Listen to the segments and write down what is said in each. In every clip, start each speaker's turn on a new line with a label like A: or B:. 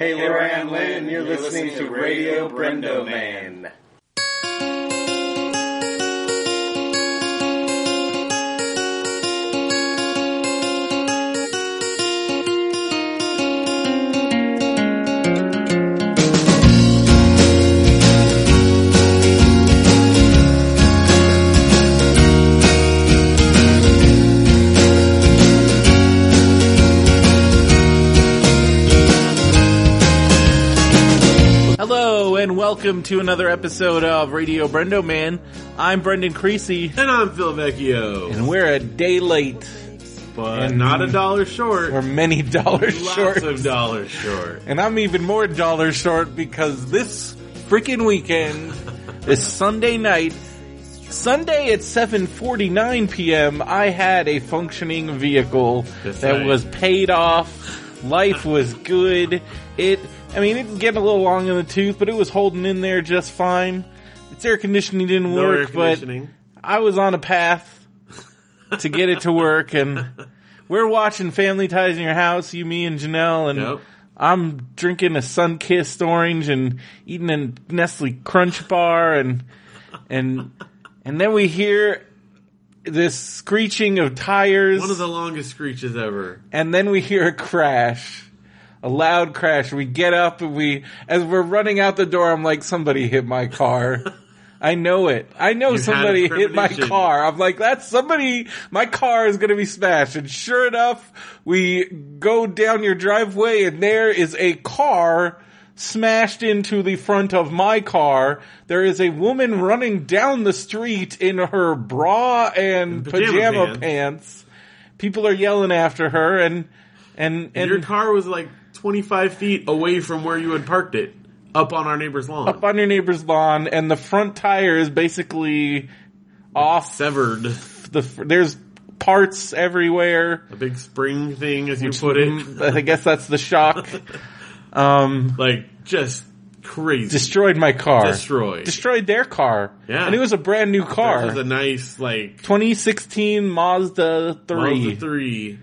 A: Hey, Laura Ann Lynn, you're, listening, to Radio Brendo Man.
B: Hello and welcome to another episode of Radio Brendo Man. I'm Brendan Creasy,
C: And I'm Phil Vecchio.
B: and we're a day late
C: but not a dollar short.
B: or many dollars
C: Lots
B: short.
C: of dollars short.
B: and I'm even more dollars short because this freaking weekend is Sunday night. Sunday at 7:49 p.m. I had a functioning vehicle
C: That's
B: that
C: right.
B: was paid off. Life was good. It I mean, it was getting a little long in the tooth, but it was holding in there just fine. Its air conditioning didn't
C: No air
B: work, but
C: conditioning.
B: I was on a path to get it to work, and we're watching Family Ties in your house, you, me, and Janelle, and
C: Yep.
B: I'm drinking a sun-kissed orange and eating a Nestle Crunch bar, and and and then we hear this screeching of tires,
C: One of the longest screeches ever.
B: and then we hear a crash. A loud crash. We get up and we, as we're running out the door, I'm like, somebody hit my car. I know it. I know
C: a
B: somebody hit my
C: premonition.
B: car. I'm like, that's somebody, my car is going to be smashed. And sure enough, we go down your driveway and there is a car smashed into the front of my car. There is a woman running down the street in her bra and
C: pajama
B: pajama
C: pants.
B: pants. People are yelling after her and, and, and
C: Your car was like 25 feet away from where you had parked it, up on our neighbor's lawn.
B: up on your neighbor's lawn and the front tire is basically off
C: Severed.
B: the there's parts everywhere.
C: A big spring thing, as you put it.
B: I guess that's the shock. Um,
C: Like, just crazy.
B: destroyed my car.
C: Destroyed.
B: Destroyed their car.
C: Yeah.
B: and it was a brand new
C: This
B: car.
C: was a nice, like,
B: 2016 Mazda 3.
C: Mazda 3.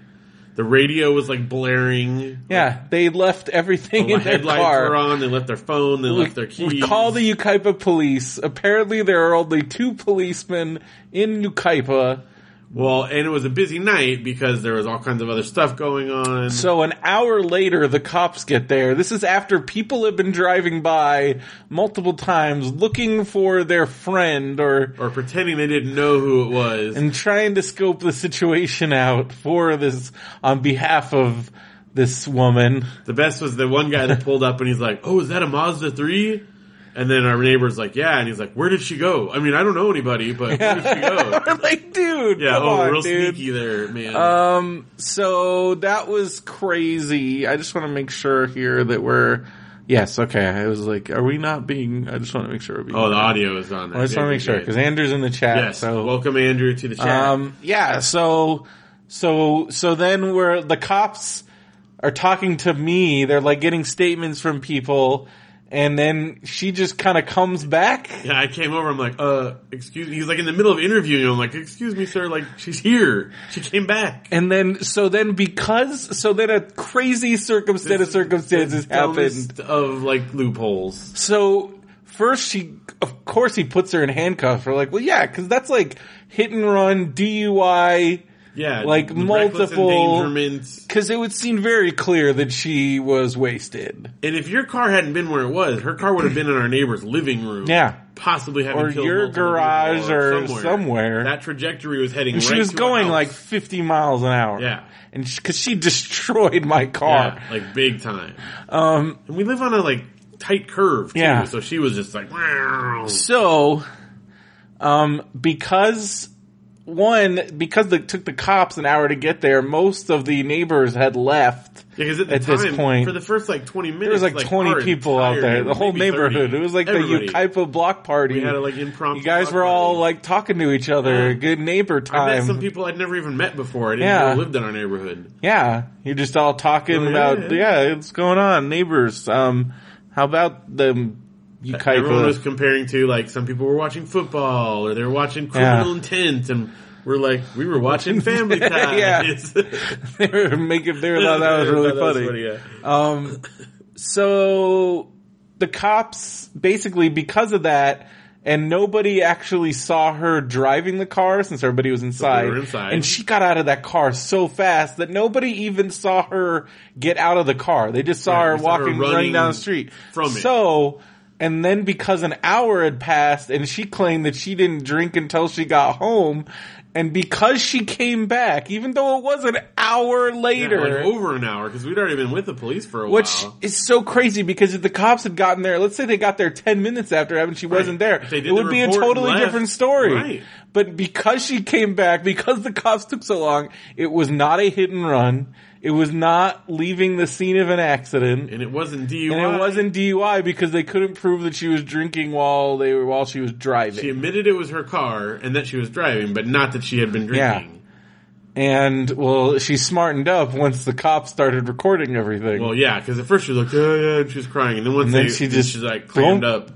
C: The radio was like blaring.
B: Yeah, they left everything
C: The
B: in their
C: headlights
B: car.
C: were on. They left their phone. They left their keys.
B: we call the Ukaipa police. Apparently, there are only two policemen in Ukaipa.
C: Well, and it was a busy night because there was all kinds of other stuff going on.
B: So an hour later, the cops get there. This is after people have been driving by multiple times looking for their friend or
C: or pretending they didn't know who it was.
B: and trying to scope the situation out for this on behalf of this woman.
C: the best was the one guy that pulled up and he's like, "Oh, is that a Mazda 3? And then our neighbor's like, "Yeah," and he's like, "Where did she go? I mean, I don't know anybody, but where did she go?"
B: We're like, dude,
C: Yeah,
B: come
C: oh,
B: on,
C: real
B: dude.
C: sneaky there, man.
B: Um, so that was crazy. I just want to make sure here that we're. Yes, okay. I was like, are we not being? I just want to make sure we're being.
C: oh, the audio is on. There.
B: I just want to make sure because Andrew's in the chat.
C: yes.
B: so
C: welcome Andrew to the chat.
B: Um, yeah, so, so, so then we're, the cops are talking to me, they're like getting statements from people, and then she just kind of comes back.
C: yeah, I came over. I'm like, "Uh, excuse me." He's like in the middle of interviewing. I'm like, "Excuse me, sir. Like, she's here. She came back."
B: And then, so then because, so then a crazy circumstance of circumstances happened.
C: Dumbest of like loopholes.
B: So first she, of course he puts her in handcuffs. We're like, well yeah, cause that's like hit and run, DUI,
C: Yeah,
B: Like,
C: reckless
B: multiple-
C: endangerment.
B: cause it would seem very clear that she was wasted.
C: And if your car hadn't been where it was, her car would have been in our neighbor's living room.
B: Yeah.
C: possibly having
B: Or
C: killed
B: your
C: multiple people
B: garage
C: or
B: or somewhere.
C: That trajectory was heading.
B: she
C: right
B: was
C: to our
B: going
C: house.
B: like 50 miles an hour.
C: Yeah.
B: And because she destroyed my car.
C: yeah, like big time. Um, and we live on a like tight curve. Too,
B: Yeah.
C: so she was just like, "Wow."
B: So, um, because one, because it took the cops an hour to get there, most of the neighbors had left.
C: Yeah, 'cause at, the
B: At this
C: time,
B: point,
C: for the first like twenty minutes,
B: There was like, 20
C: our
B: people out
C: entire
B: there, the
C: neighborhood,
B: whole
C: maybe 30,
B: neighborhood. It was like
C: everybody.
B: the Ukaipa block party.
C: We had a like impromptu.
B: you guys were
C: block
B: all
C: party.
B: like talking to each other.
C: Yeah.
B: Good neighbor
C: I met
B: time.
C: some people I'd never even met before. I didn't
B: Yeah.
C: know lived in our neighborhood.
B: Yeah, you're just all talking
C: Oh, yeah,
B: about yeah,
C: yeah.
B: what's going on, neighbors. Um, how about the
C: Everyone was
B: Ukaipa?
C: comparing to like some people were watching football or they were watching Criminal
B: Yeah.
C: Intent, and we're like we were watching Family
B: Yeah.
C: Ties.
B: they were making they were thought that was really
C: That was
B: funny.
C: yeah.
B: Um, so the cops basically because of that and nobody actually saw her driving the car since everybody was inside.
C: were inside.
B: And she got out of that car so fast that nobody even saw her get out of the car. They just saw
C: Right,
B: her
C: they saw her
B: walking running,
C: running
B: down the street.
C: from it.
B: So and then because an hour had passed and she claimed that she didn't drink until she got home and because she came back, even though it was an hour
C: Yeah,
B: later,
C: like over an hour because we'd already been with the police for a
B: which
C: while.
B: is so crazy because if the cops had gotten there, let's say they got there 10 minutes after and she wasn't there,
C: If they did
B: it would
C: the
B: be a
C: report and
B: totally
C: left,
B: different story.
C: right.
B: But because she came back, because the cops took so long, it was not a hit and run. It was not leaving the scene of an accident.
C: and it wasn't DUI.
B: and it wasn't DUI because they couldn't prove that she was drinking while they were, while she was driving.
C: She admitted it was her car and that she was driving, but not that she had been
B: Yeah.
C: drinking.
B: and well, she smartened up once the cops started recording everything.
C: Well, yeah, because at first she looked, oh yeah, and she was crying, and then once
B: And then
C: they, she
B: she just
C: just she's like cleaned
B: don't-
C: up.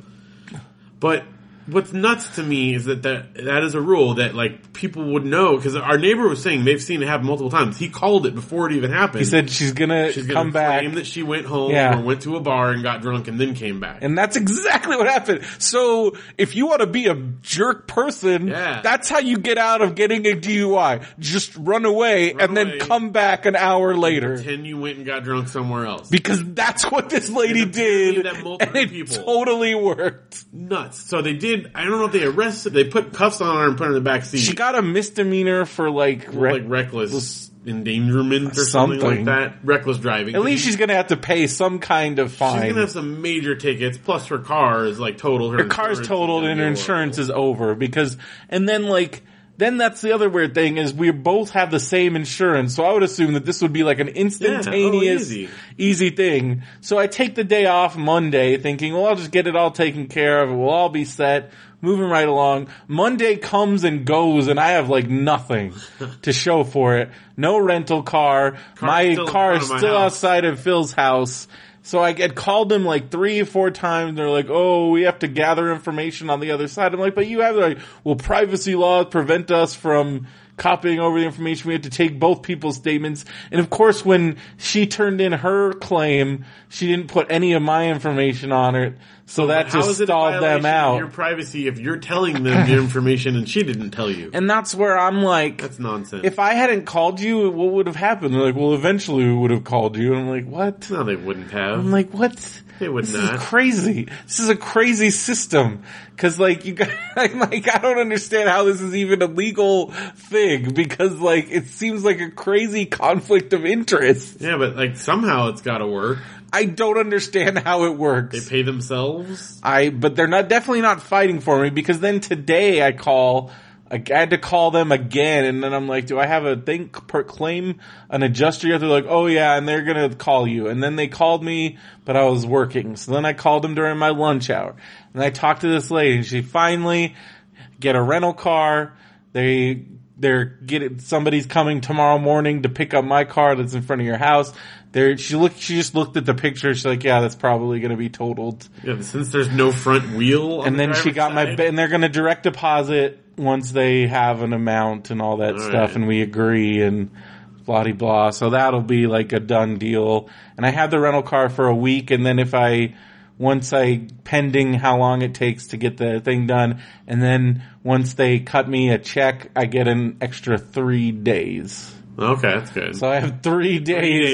C: But what's nuts to me is that that, that is a rule that like people would know because our neighbor was saying they've seen it happen multiple times. He called it before it even happened.
B: he said she's gonna
C: she's gonna
B: come back.
C: claim that she went home
B: Yeah.
C: or went to a bar and got drunk and then came back.
B: And that's exactly what happened. So if you want to be a jerk person,
C: Yeah.
B: that's how you get out of getting a DUI. Just run away
C: Run
B: and then
C: away.
B: come back an hour later.
C: Pretend you went and got drunk somewhere else.
B: Because that's what this lady
C: And apparently
B: did.
C: that multiple
B: And it
C: people-
B: totally worked.
C: Nuts. So they did. I don't know if they arrested. They put cuffs on her and put her in the back seat.
B: She got a misdemeanor for like, rec-
C: like reckless endangerment or something. like
B: Something.
C: that. Reckless driving.
B: at least she's going to have to pay some kind of
C: She's
B: fine.
C: gonna have some major tickets. Plus, her car is like totaled.
B: her car's
C: insurance
B: totaled
C: is
B: and her
C: gonna be
B: insurance is over because and then like then that's the other weird thing is we both have the same insurance so i would assume that this would be like an instantaneous
C: oh, easy.
B: easy thing so i take the day off monday thinking well i'll just get it all taken care of we'll all be set moving right along monday comes and goes and i have like nothing to show for it no rental car my
C: still in
B: car
C: front
B: is
C: of my
B: still
C: house.
B: outside of Phil's house. So I had called them like three, four times. They're like, "Oh, we have to gather information on the other side." I'm like, "But you have They're like, well, privacy laws prevent us from copying over the information. We have to take both people's statements." And of course, when she turned in her claim, she didn't put any of my information on it, so that
C: How
B: just
C: is it a
B: stalled
C: violation
B: them
C: of Your
B: out.
C: privacy if you're telling them your information and she didn't tell you.
B: And that's where I'm like,
C: That's nonsense.
B: if I hadn't called you, what would have happened? They're like, well, eventually we would have called you. And I'm like, what?
C: no, they wouldn't
B: I'm
C: have.
B: like, what?
C: They would
B: this
C: not.
B: is crazy. This is a crazy system. Cause like you guys, I'm like, I don't understand how this is even a legal thing because like it seems like a crazy conflict of interest.
C: yeah, but like somehow it's got to work.
B: I don't understand how it
C: They
B: works.
C: pay themselves.
B: I, but they're not definitely not fighting for me because then today I call, I had to call them again and then I'm like, do I have a thing per claim an adjuster yet? They're like, oh yeah, and they're gonna call you. And then they called me, but I was working. So then I called them during my lunch hour and I talked to this lady and she finally get a rental car. They they're get it, somebody's coming tomorrow morning to pick up my car that's in front of your house. There she looked she just looked at the picture. She's like, yeah, that's probably gonna be totaled
C: Yeah, since there's no front wheel. On
B: and
C: the
B: then she
C: driver's
B: got my
C: side,
B: ba- and they're going to direct deposit once they have an amount and all that
C: All
B: stuff
C: right.
B: and we agree and blah de blah so that'll be like a done deal and i have the rental car for a week and then if i once i pending how long it takes to get the thing done and then once they cut me a check i get an extra three days
C: Okay, that's good.
B: so I have three days,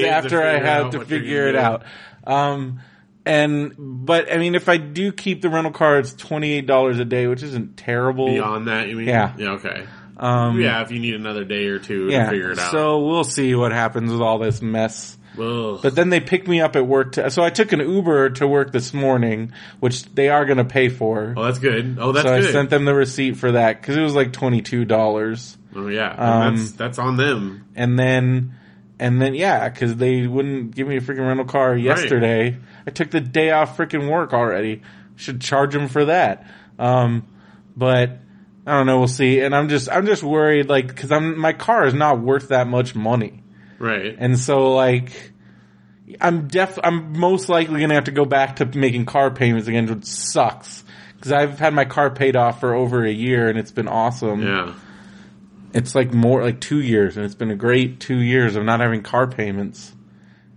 C: days to
B: after I
C: figure
B: have
C: out
B: to
C: what you're
B: figure
C: gonna
B: it
C: do.
B: out. Um, and but I mean, if I do keep the rental car, it's twenty eight dollars a day, which isn't terrible.
C: Beyond that, you mean?
B: Yeah.
C: Yeah. Okay.
B: Um,
C: yeah, if you need another day or two
B: yeah.
C: to figure it out.
B: So we'll see what happens with all this mess.
C: Ugh.
B: But then they picked me up at work. To, so I took an Uber to work this morning, which they are going to pay for.
C: oh, that's good. Oh, that's
B: so
C: good.
B: I sent them the receipt for that because it was like twenty two dollars.
C: oh, yeah.
B: Um,
C: that's that's on them.
B: and then and then yeah, because they wouldn't give me a freaking rental car yesterday. I took the day off freaking work already. Should charge them for that. Um, but I don't know. We'll see. And I'm just I'm just worried, like, because I'm my car is not worth that much money,
C: Right.
B: and so like. I'm def. I'm most likely gonna have to go back to making car payments again, which sucks because I've had my car paid off for over a year and it's been awesome
C: yeah.
B: it's like more like two years and it's been a great two years of not having car payments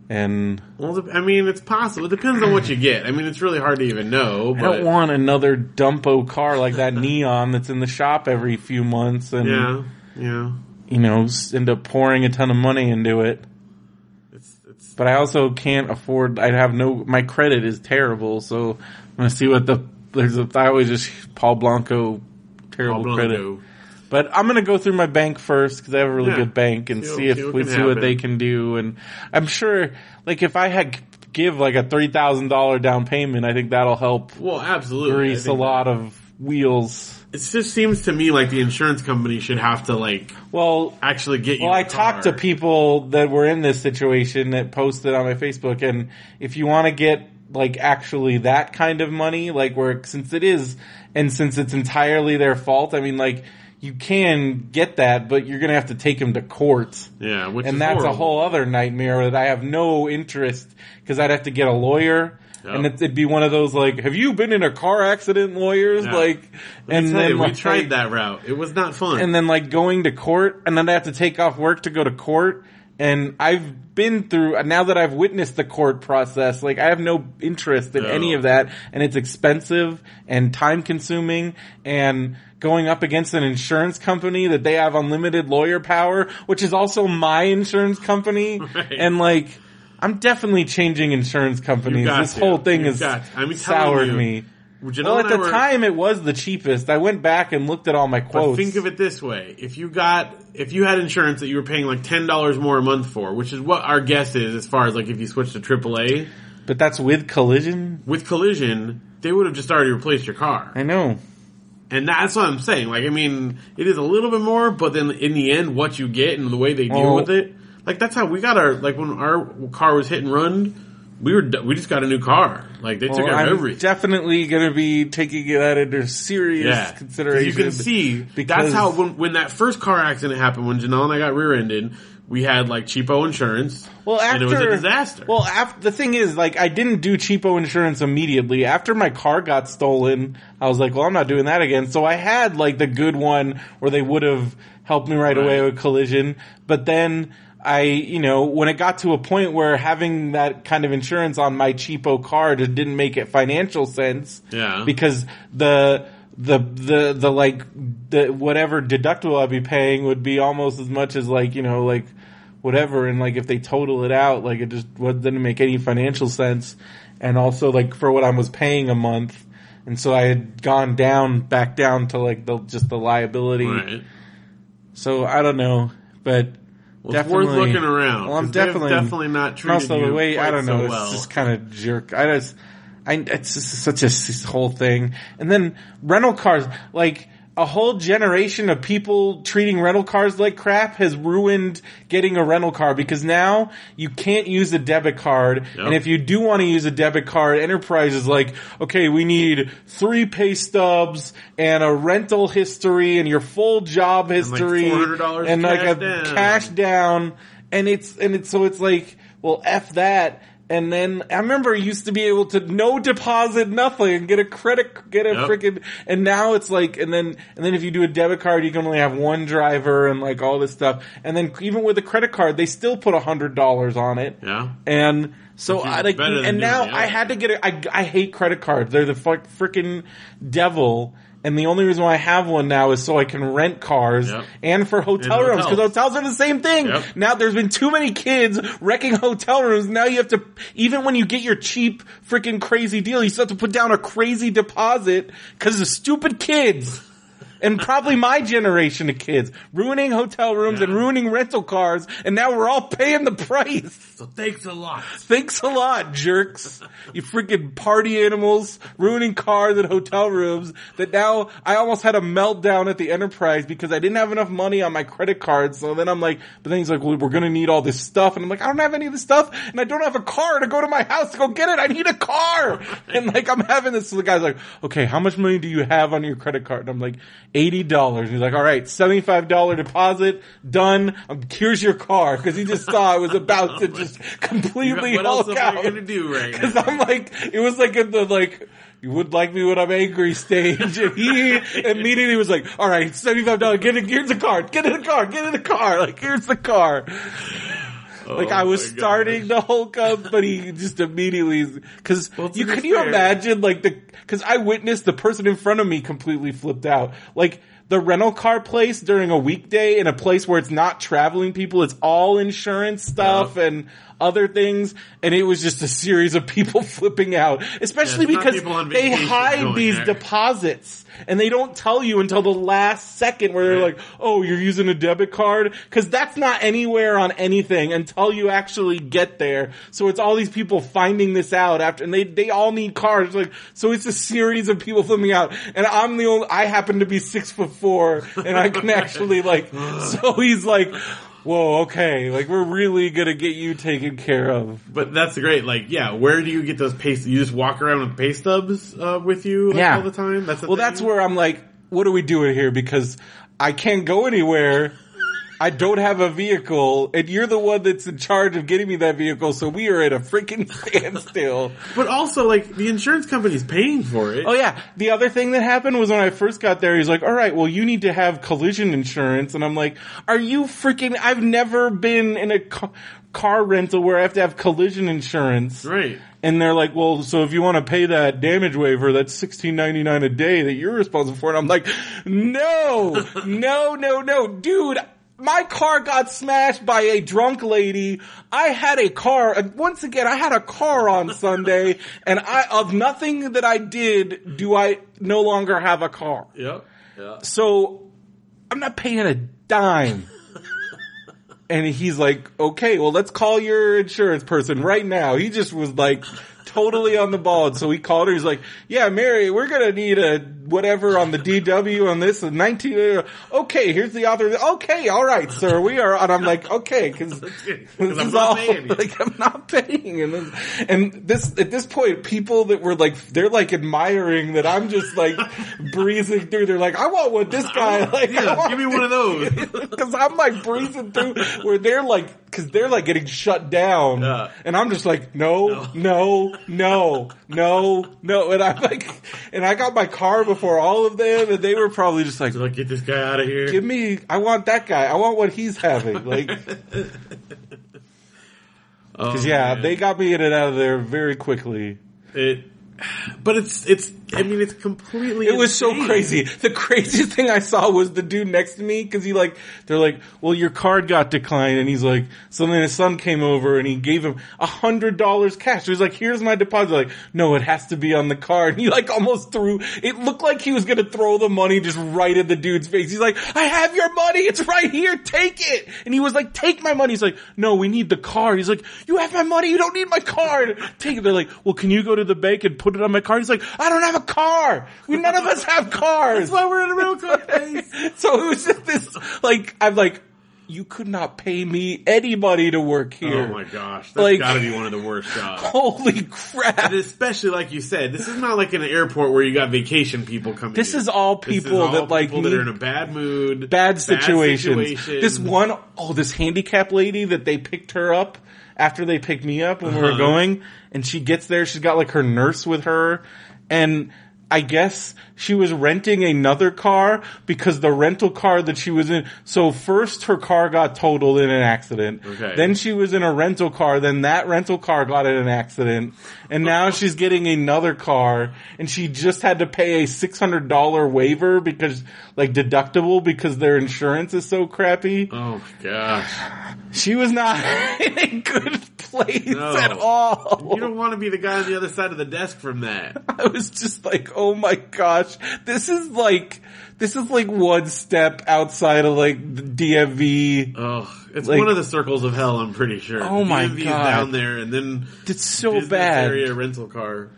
B: And
C: Well, the- I mean, it's possible. It depends on what you get. I mean, it's really hard to even know. But
B: I don't want another dumpo car like that neon that's in the shop every few months and,
C: Yeah, yeah.
B: you know, s- end up pouring a ton of money into it.
C: It's it's
B: But I also can't afford, I have no, my credit is terrible, so I'm gonna see what the, there's a, I always just Paul Blanco terrible
C: Pablo
B: credit.
C: Longo.
B: But I'm gonna go through my bank first because I have a really
C: Yeah.
B: good bank and
C: See what-
B: see,
C: see
B: if
C: what
B: we
C: can
B: see what they
C: happen.
B: can do. And I'm sure, like if I had give like a three thousand dollar down payment, I think that'll help
C: Well, absolutely. I
B: grease a
C: think
B: lot of wheels.
C: that- It just seems to me like the insurance company should have to like
B: Well,
C: actually get you.
B: well,
C: a
B: I talked to
C: car.
B: people that were in this situation that posted on my Facebook, and if you want to get like actually that kind of money, like where since it is and since it's entirely their fault, I mean, like you can get that, but you're gonna have to take them to court.
C: Yeah, which is
B: and that's a
C: horrible.
B: whole other nightmare that I have no interest because I'd have to get a lawyer,
C: Yep.
B: and it'd, it'd be one of those like, "Have you been in a car accident?" Lawyers
C: Yeah.
B: like,
C: Let
B: and
C: me tell
B: then
C: you,
B: like,
C: we tried that route. It was not fun.
B: and then like going to court, and then I have to take off work to go to court. And I've been through now that I've witnessed the court process. Like I have no interest in
C: No.
B: any of that, and it's expensive and time consuming, and going up against an insurance company that they have unlimited lawyer power, which is also my insurance company,
C: Right.
B: and like. I'm definitely changing insurance companies.
C: got
B: This
C: to.
B: whole thing
C: You
B: is
C: got to. I'm telling
B: soured
C: you.
B: me.
C: Janelle
B: Well,
C: and
B: at
C: I
B: the
C: were-
B: time, it was the cheapest. I went back and looked at all my
C: But
B: quotes.
C: think of it this way: if you got, if you had insurance that you were paying like ten dollars more a month for, which is what our guess is, as far as like if you switch to AAA
B: But that's with collision.
C: with collision, they would have just already replaced your car.
B: I know.
C: And that's what I'm saying. Like, I mean, it is a little bit more, but then in the end, what you get and the way they deal
B: Well-
C: with it, like that's how we got our like when our car was hit and run, we were d- we just got a new car. Like they took
B: Well,
C: out
B: I'm
C: everything.
B: definitely going to be taking that under serious
C: yeah.
B: consideration.
C: You can see that's
B: because-
C: how when, when that first car accident happened when Janelle and I got rear-ended, we had like cheapo insurance.
B: Well,
C: and
B: after
C: it was a disaster.
B: Well, after the thing is, like, I didn't do cheapo insurance immediately. After my car got stolen, I was like, "Well, I'm not doing that again." So I had like the good one where they would have helped me right, away with collision, but then. I, you know, when it got to a point where having that kind of insurance on my cheapo car just didn't make it financial sense.
C: Yeah.
B: Because the, the, the, the like, the, whatever deductible I'd be paying would be almost as much as like, you know, like, whatever and like if they total it out like it just wa- didn't make any financial sense and also like for what i was paying a month and so i had gone down back down to like the just the liability
C: right.
B: so i don't know but
C: Well, it's worth
B: definitely-
C: looking around,
B: well i'm
C: 'cause they've
B: definitely
C: definitely not
B: and
C: treated
B: also the
C: you
B: way i
C: quite
B: don't
C: so
B: know
C: well.
B: it's just kind of jerk i just i it's just such a s- whole thing and then rental cars like a whole generation of people treating rental cars like crap has ruined getting a rental car because now you can't use a debit card.
C: Yep.
B: And if you do want to use a debit card, Enterprise is like, okay, we need three pay stubs and a rental history and your full job history
C: $400
B: and like
C: cash
B: a
C: down.
B: cash down and it's and it's so it's like well f that and then I remember you used to be able to no deposit nothing and get a credit get a
C: Yep.
B: freaking and now it's like and then and then if you do a debit card you can only have one driver and like all this stuff and then even with a credit card they still put a hundred dollars on it
C: yeah.
B: and so
C: Which is
B: I like,
C: better than doing
B: and now
C: the
B: I
C: other.
B: had to get a, I, I hate credit cards. They're the fuck freaking devil. And the only reason why I have one now is so I can rent cars
C: Yep.
B: and for hotel
C: And
B: rooms because
C: hotels.
B: hotels are the same thing.
C: Yep.
B: Now there's been too many kids wrecking hotel rooms. Now you have to, even when you get your cheap freaking crazy deal, you still have to put down a crazy deposit because of stupid kids and probably my generation of kids ruining hotel rooms and
C: Yeah.
B: ruining rental cars. And now we're all paying the price.
C: So thanks a lot.
B: Thanks a lot, jerks. You freaking party animals, ruining cars and hotel rooms. That now I almost had a meltdown at the Enterprise because I didn't have enough money on my credit card. So then I'm like, but then he's like, well, we're gonna need all this stuff, and I'm like, I don't have any of this stuff, and I don't have a car to go to my house to go get it. I need a car, and like I'm having this. So the guy's like, okay, how much money do you have on your credit card? And I'm like, eighty dollars. He's like, all right, seventy five dollar deposit, done. Um, here's your car because he just saw I was about to just completely completely
C: What else
B: Hulk
C: am I
B: out.
C: gonna do right now?
B: Because I'm like, it was like in the like, you would like me when I'm angry stage. And he immediately was like, all right, $75, get it, here's the card, get in the car, get in the car, like here's the car. Like I was
C: Oh my God.
B: starting to Hulk up, but he just immediately because
C: Well, to
B: you
C: be
B: can you
C: fair-
B: imagine like the because I witnessed the person in front of me completely flipped out like. The rental car place during a weekday in a place where it's not traveling people, it's all insurance stuff and other things. And it was just a series of people flipping out, especially
C: it's not
B: because
C: people on
B: they
C: vacation
B: hide
C: going
B: these
C: there.
B: deposits and they don't tell you until the last second where they're
C: Right.
B: like, oh, you're using a debit card? Cause that's not anywhere on anything until you actually get there. So it's all these people finding this out after, and they, they all need cards. Like, so it's a series of people flipping out. And I'm the only, I happen to be six foot four and I can actually like, so he's like, whoa, okay, like we're really gonna get you taken care of.
C: But that's great. Like, yeah, where do you get those pay? You just walk around with pay stubs uh, with you like,
B: Yeah.
C: all the time. That's a
B: Well,
C: thing?
B: that's where I'm like, what are we doing here? Because I can't go anywhere. I don't have a vehicle, and you're the one that's in charge of getting me that vehicle. So we are at a freaking standstill.
C: But also, like, the insurance company's paying for it.
B: Oh yeah. The other thing that happened was when I first got there, he's like, all right, well, you need to have collision insurance. And I'm like, are you freaking, I've never been in a ca- car rental where I have to have collision insurance.
C: Right.
B: And they're like, well, so if you want to pay that damage waiver, that's sixteen ninety nine a day that you're responsible for. And I'm like, no, no, no, no, dude. My car got smashed by a drunk lady. I had a car, and once again, I had a car on Sunday, and I, of nothing that I did, do I no longer have a car.
C: Yep. Yeah.
B: So I'm not paying a dime. and he's like, okay, well, let's call your insurance person right now. He just was like totally on the ball. And so he called her. He's like, yeah, Mary, we're going to need a whatever on the DW on this and 19. Okay, here's the author. Okay. All right, sir. We are. And I'm like, okay, cause this
C: I'm
B: is
C: not
B: all
C: paying you.
B: like I'm not paying, and this, and this at this point, people that were like they're like admiring that I'm just like breezing through. They're like, I want what this guy like. I
C: Yeah,
B: want
C: give me one of those.
B: because I'm like breezing through where they're like, because they're like getting shut down,
C: Yeah.
B: and I'm just like, no, no, no, no, no, and I'm like, and I got my car before all of them, and they were probably just like,
C: So, like, get this guy out of here.
B: give me, I want that guy, I want what he's having, like.
C: Oh,
B: 'Cause, yeah,
C: man.
B: they got me in and out of there very quickly.
C: It, but it's it's. I mean, it's completely.
B: It was so
C: insane.
B: crazy. The craziest thing I saw was the dude next to me because he like they're like, well, your card got declined, and he's like, so then his son came over and he gave him a hundred dollars cash. He was like, here's my deposit. Like, no, it has to be on the card. And he like almost threw. It looked like he was gonna throw the money just right at the dude's face. He's like, I have your money. It's right here. Take it. And he was like, take my money. He's like, no, we need the card. He's like, you have my money. You don't need my card. Take it. They're like, well, can you go to the bank and put it on my card? He's like, I don't have a car. We none of us have cars.
C: That's why we're in a real car place.
B: so it was just this, like, I'm like, you could not pay me any money to work
C: Oh
B: here.
C: my gosh, that's
B: Like-
C: gotta be one of the worst jobs.
B: Holy crap.
C: And especially like you said, this is not like an airport where you got vacation people coming.
B: This
C: in.
B: is all
C: This is
B: people
C: all
B: that, like,
C: people that are
B: need-
C: in a bad mood,
B: bad situations.
C: situation.
B: This one, oh, this handicap lady that they picked her up after they picked me up when we were
C: Uh-huh.
B: going, and she gets there, she's got like her nurse with her, and I guess she was renting another car because the rental car that she was in, so first her car got totaled in an accident.
C: Okay.
B: Then she was in a rental car, then that rental car got in an accident, and now she's getting another car, and she just had to pay a $600 waiver because, like, deductible because their insurance is so crappy.
C: Oh my gosh.
B: She was not in a good place
C: No.
B: at all.
C: You don't want to be the guy on the other side of the desk from that.
B: I was just like, oh my gosh, this is like, this is like one step outside of like the DMV.
C: Oh, it's
B: Like-
C: one of the circles of hell, I'm pretty sure.
B: Oh my
C: DMV is
B: God.
C: down there and then
B: It's so
C: business
B: bad.
C: area rental car.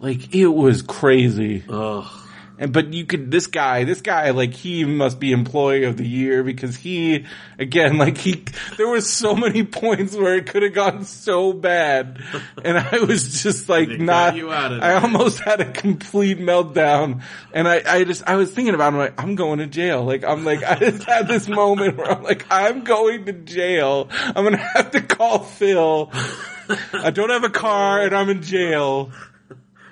B: Like, it was crazy.
C: Oh,
B: And but you could this guy, this guy, like he must be employee of the year because he, again, like he, there was so many points where it could have gotten so bad, and I was just like
C: They got
B: not.
C: you out of
B: I
C: there.
B: almost had a complete meltdown, and I, I just, I was thinking about, it, I'm like, I'm going to jail. Like I'm like, I just had this moment where I'm like, I'm going to jail. I'm gonna have to call Phil. I don't have a car, and I'm in jail.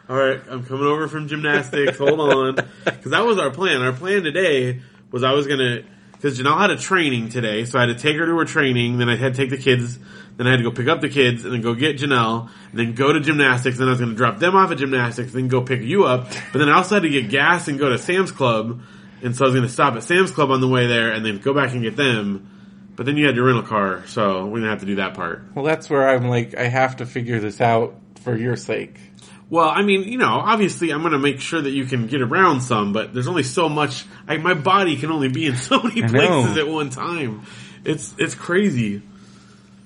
C: all right. I'm coming over from gymnastics. Hold on, because that was our plan. Our plan today was I was gonna because Janelle had a training today, so I had to take her to her training. Then I had to take the kids. Then I had to go pick up the kids and then go get Janelle and then go to gymnastics. Then I was going to drop them off at gymnastics, then go pick you up. But then I also had to get gas and go to Sam's Club. And so I was going to stop at Sam's Club on the way there and then go back and get them. But then you had your rental car, so we didn't have to do that part.
B: Well, that's where I'm like, I have to figure this out for your sake.
C: Well, I mean, you know, obviously I'm going to make sure that you can get around some, but there's only so much. I, my body can only be in so many
B: I know.
C: places at one time. It's it's crazy.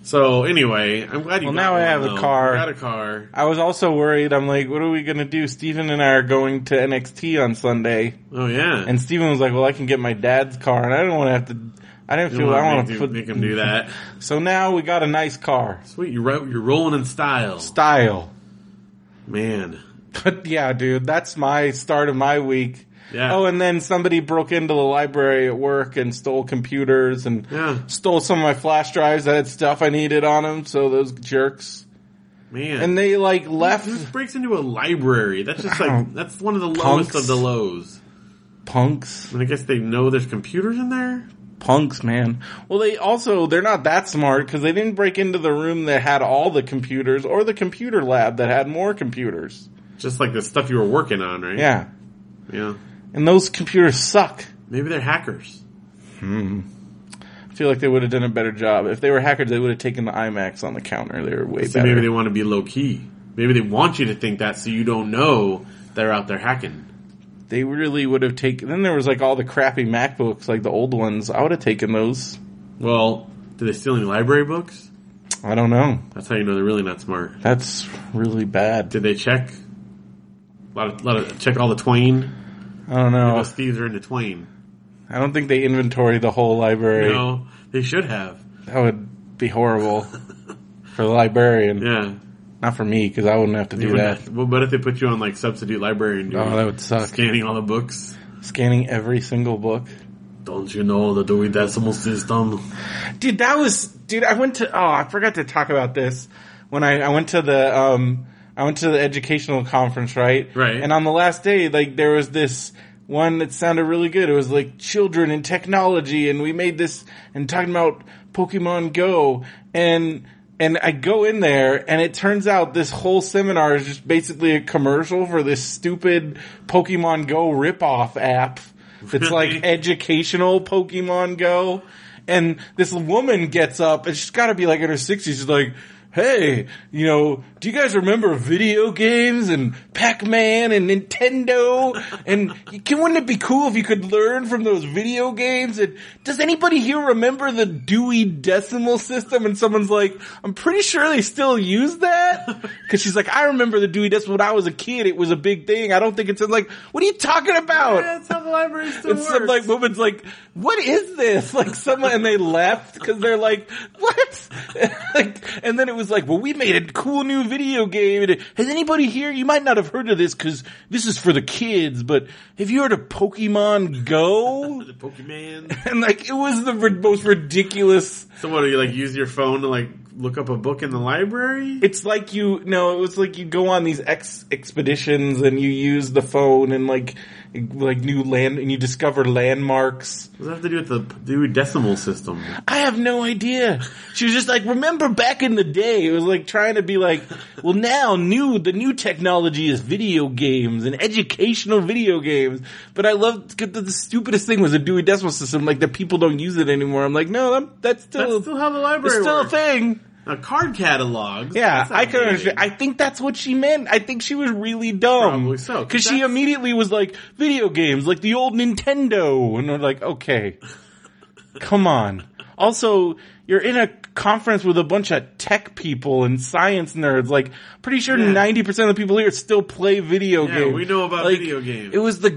C: So anyway, I'm glad you.
B: Well,
C: got
B: now I
C: one,
B: have a
C: though.
B: car.
C: Got a car.
B: I was also worried. I'm like, what are we gonna do? Steven and I are going to NXT on Sunday,
C: Oh yeah.
B: and Steven was like, well, I can get my dad's car, and I don't want to have to. I didn't
C: You
B: feel.
C: wanna
B: I want
C: make,
B: to
C: do-
B: put.
C: make him do that.
B: So now we got a nice car,
C: Sweet, you're right. You're rolling in style,
B: style.
C: man.
B: But yeah, dude, that's my start of my week.
C: Yeah.
B: Oh, and then somebody broke into the library at work and stole computers and
C: Yeah.
B: stole some of my flash drives that had stuff I needed on them. So those jerks.
C: man.
B: And they like left
C: This breaks into a library. That's just
B: Wow.
C: like that's one of the lowest
B: Punks.
C: of the lows.
B: punks.
C: And I guess they know there's computers in there.
B: punks, man. Well, they also, they're not that smart because they didn't break into the room that had all the computers or the computer lab that had more computers.
C: Just like the stuff you were working on, right?
B: Yeah.
C: Yeah.
B: And those computers suck.
C: Maybe they're hackers.
B: I feel like they would have done a better job. If they were hackers, they would have taken the IMAX on the counter. They were way
C: So
B: better.
C: maybe they want to be low key. Maybe they want you to think that so you don't know they're out there hacking.
B: they really would have taken, then there was like all the crappy MacBooks, like the old ones. I would have taken those.
C: Well, do they steal any library books?
B: I don't know.
C: That's how you know they're really not smart.
B: That's really bad.
C: Did they check? A lot of, lot of check all the twain.
B: I don't know.
C: Those thieves are into twain.
B: I don't think they inventory the whole library.
C: You know, they should have.
B: That would be horrible for the librarian.
C: Yeah.
B: Not for me, because I wouldn't have to
C: They
B: do
C: would
B: that.
C: not- Well, but if they put you on like substitute librarian duty,
B: Oh, that would suck.
C: scanning all the books.
B: Scanning every single book.
C: Don't you know the Dewey Decimal System?
B: Dude, that was, dude, I went to, oh, I forgot to talk about this. When I, I went to the, um, I went to the educational conference, right?
C: Right.
B: And on the last day, like, there was this one that sounded really good. It was like children and technology, and we made this, and talking about Pokemon Go, and, and I go in there, and it turns out this whole seminar is just basically a commercial for this stupid Pokemon Go ripoff app. It's like
C: Really?
B: educational Pokemon Go. And this woman gets up and she's gotta be like in her sixties. She's like, Hey, you know, do you guys remember video games and Pac-Man and Nintendo? And can, wouldn't it be cool if you could learn from those video games? And does anybody here remember the Dewey Decimal System? And someone's like, I'm pretty sure they still use that. Cause she's like, I remember the Dewey Decimal when I was a kid. It was a big thing. I don't think it's in like, what are you talking about?
C: That's how the library still
B: And some like woman's like, "What is this?" Like someone, and they left because they're like, "What?" like, and then it was like, "Well, we made a cool new video game." And it- has anybody here? You might not have heard of this because this is for the kids. But have you heard of Pokemon Go?
C: the Pokemon.
B: and like, it was the rid- most ridiculous.
C: so what do you like? Use your phone to like look up a book in the library?
B: It's like you no, it was like you go on these ex expeditions and you use the phone and like like new land and you discover landmarks.
C: What does that have to do with the Dewey Decimal System?
B: I have no idea. She was just like, remember back in the day, it was like trying to be like, well now new, the new technology is video games and educational video games. But I loved, 'cause the, the stupidest thing was the Dewey Decimal System, like that people don't use it anymore. I'm like, no, that, that's still,
C: That's still how the
B: Oh, it's
C: library
B: still a
C: works.
B: thing.
C: Now, card catalogs.
B: Yeah,
C: that's
B: I could
C: outdated.
B: understand. I think that's what she meant. I think she was really dumb.
C: Probably so, 'cause
B: Cause she
C: that's-
B: immediately was like, video games, like the old Nintendo. And we're like, okay. Come on. Also, you're in a conference with a bunch of tech people and science nerds. Like, pretty sure
C: Yeah.
B: 90% of the people here still play video
C: Yeah,
B: games.
C: we know about
B: Like,
C: video games.
B: It was the
C: My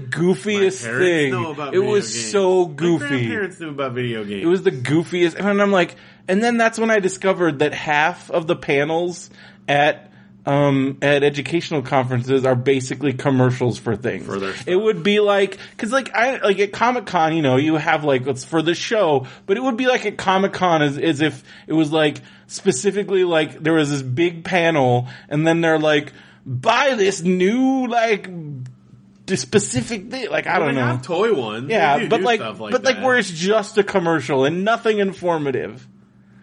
C: parents
B: goofiest thing.
C: know about
B: it
C: video
B: was
C: games.
B: so
C: My
B: goofy.
C: grandparents knew about video games.
B: It was the goofiest, and I'm like, and then that's when I discovered that half of the panels at um, at educational conferences are basically commercials for things.
C: For their stuff.
B: It would be like, cause like I, like at Comic Con, you know, you have like, it's for the show, but it would be like at Comic Con as, as if it was like specifically like there was this big panel and then they're like, buy this new like d- specific thing. Like I don't
C: They
B: know.
C: have toy ones. They
B: Yeah,
C: do
B: but
C: do
B: like,
C: stuff
B: but like
C: that.
B: where it's just a commercial and nothing informative.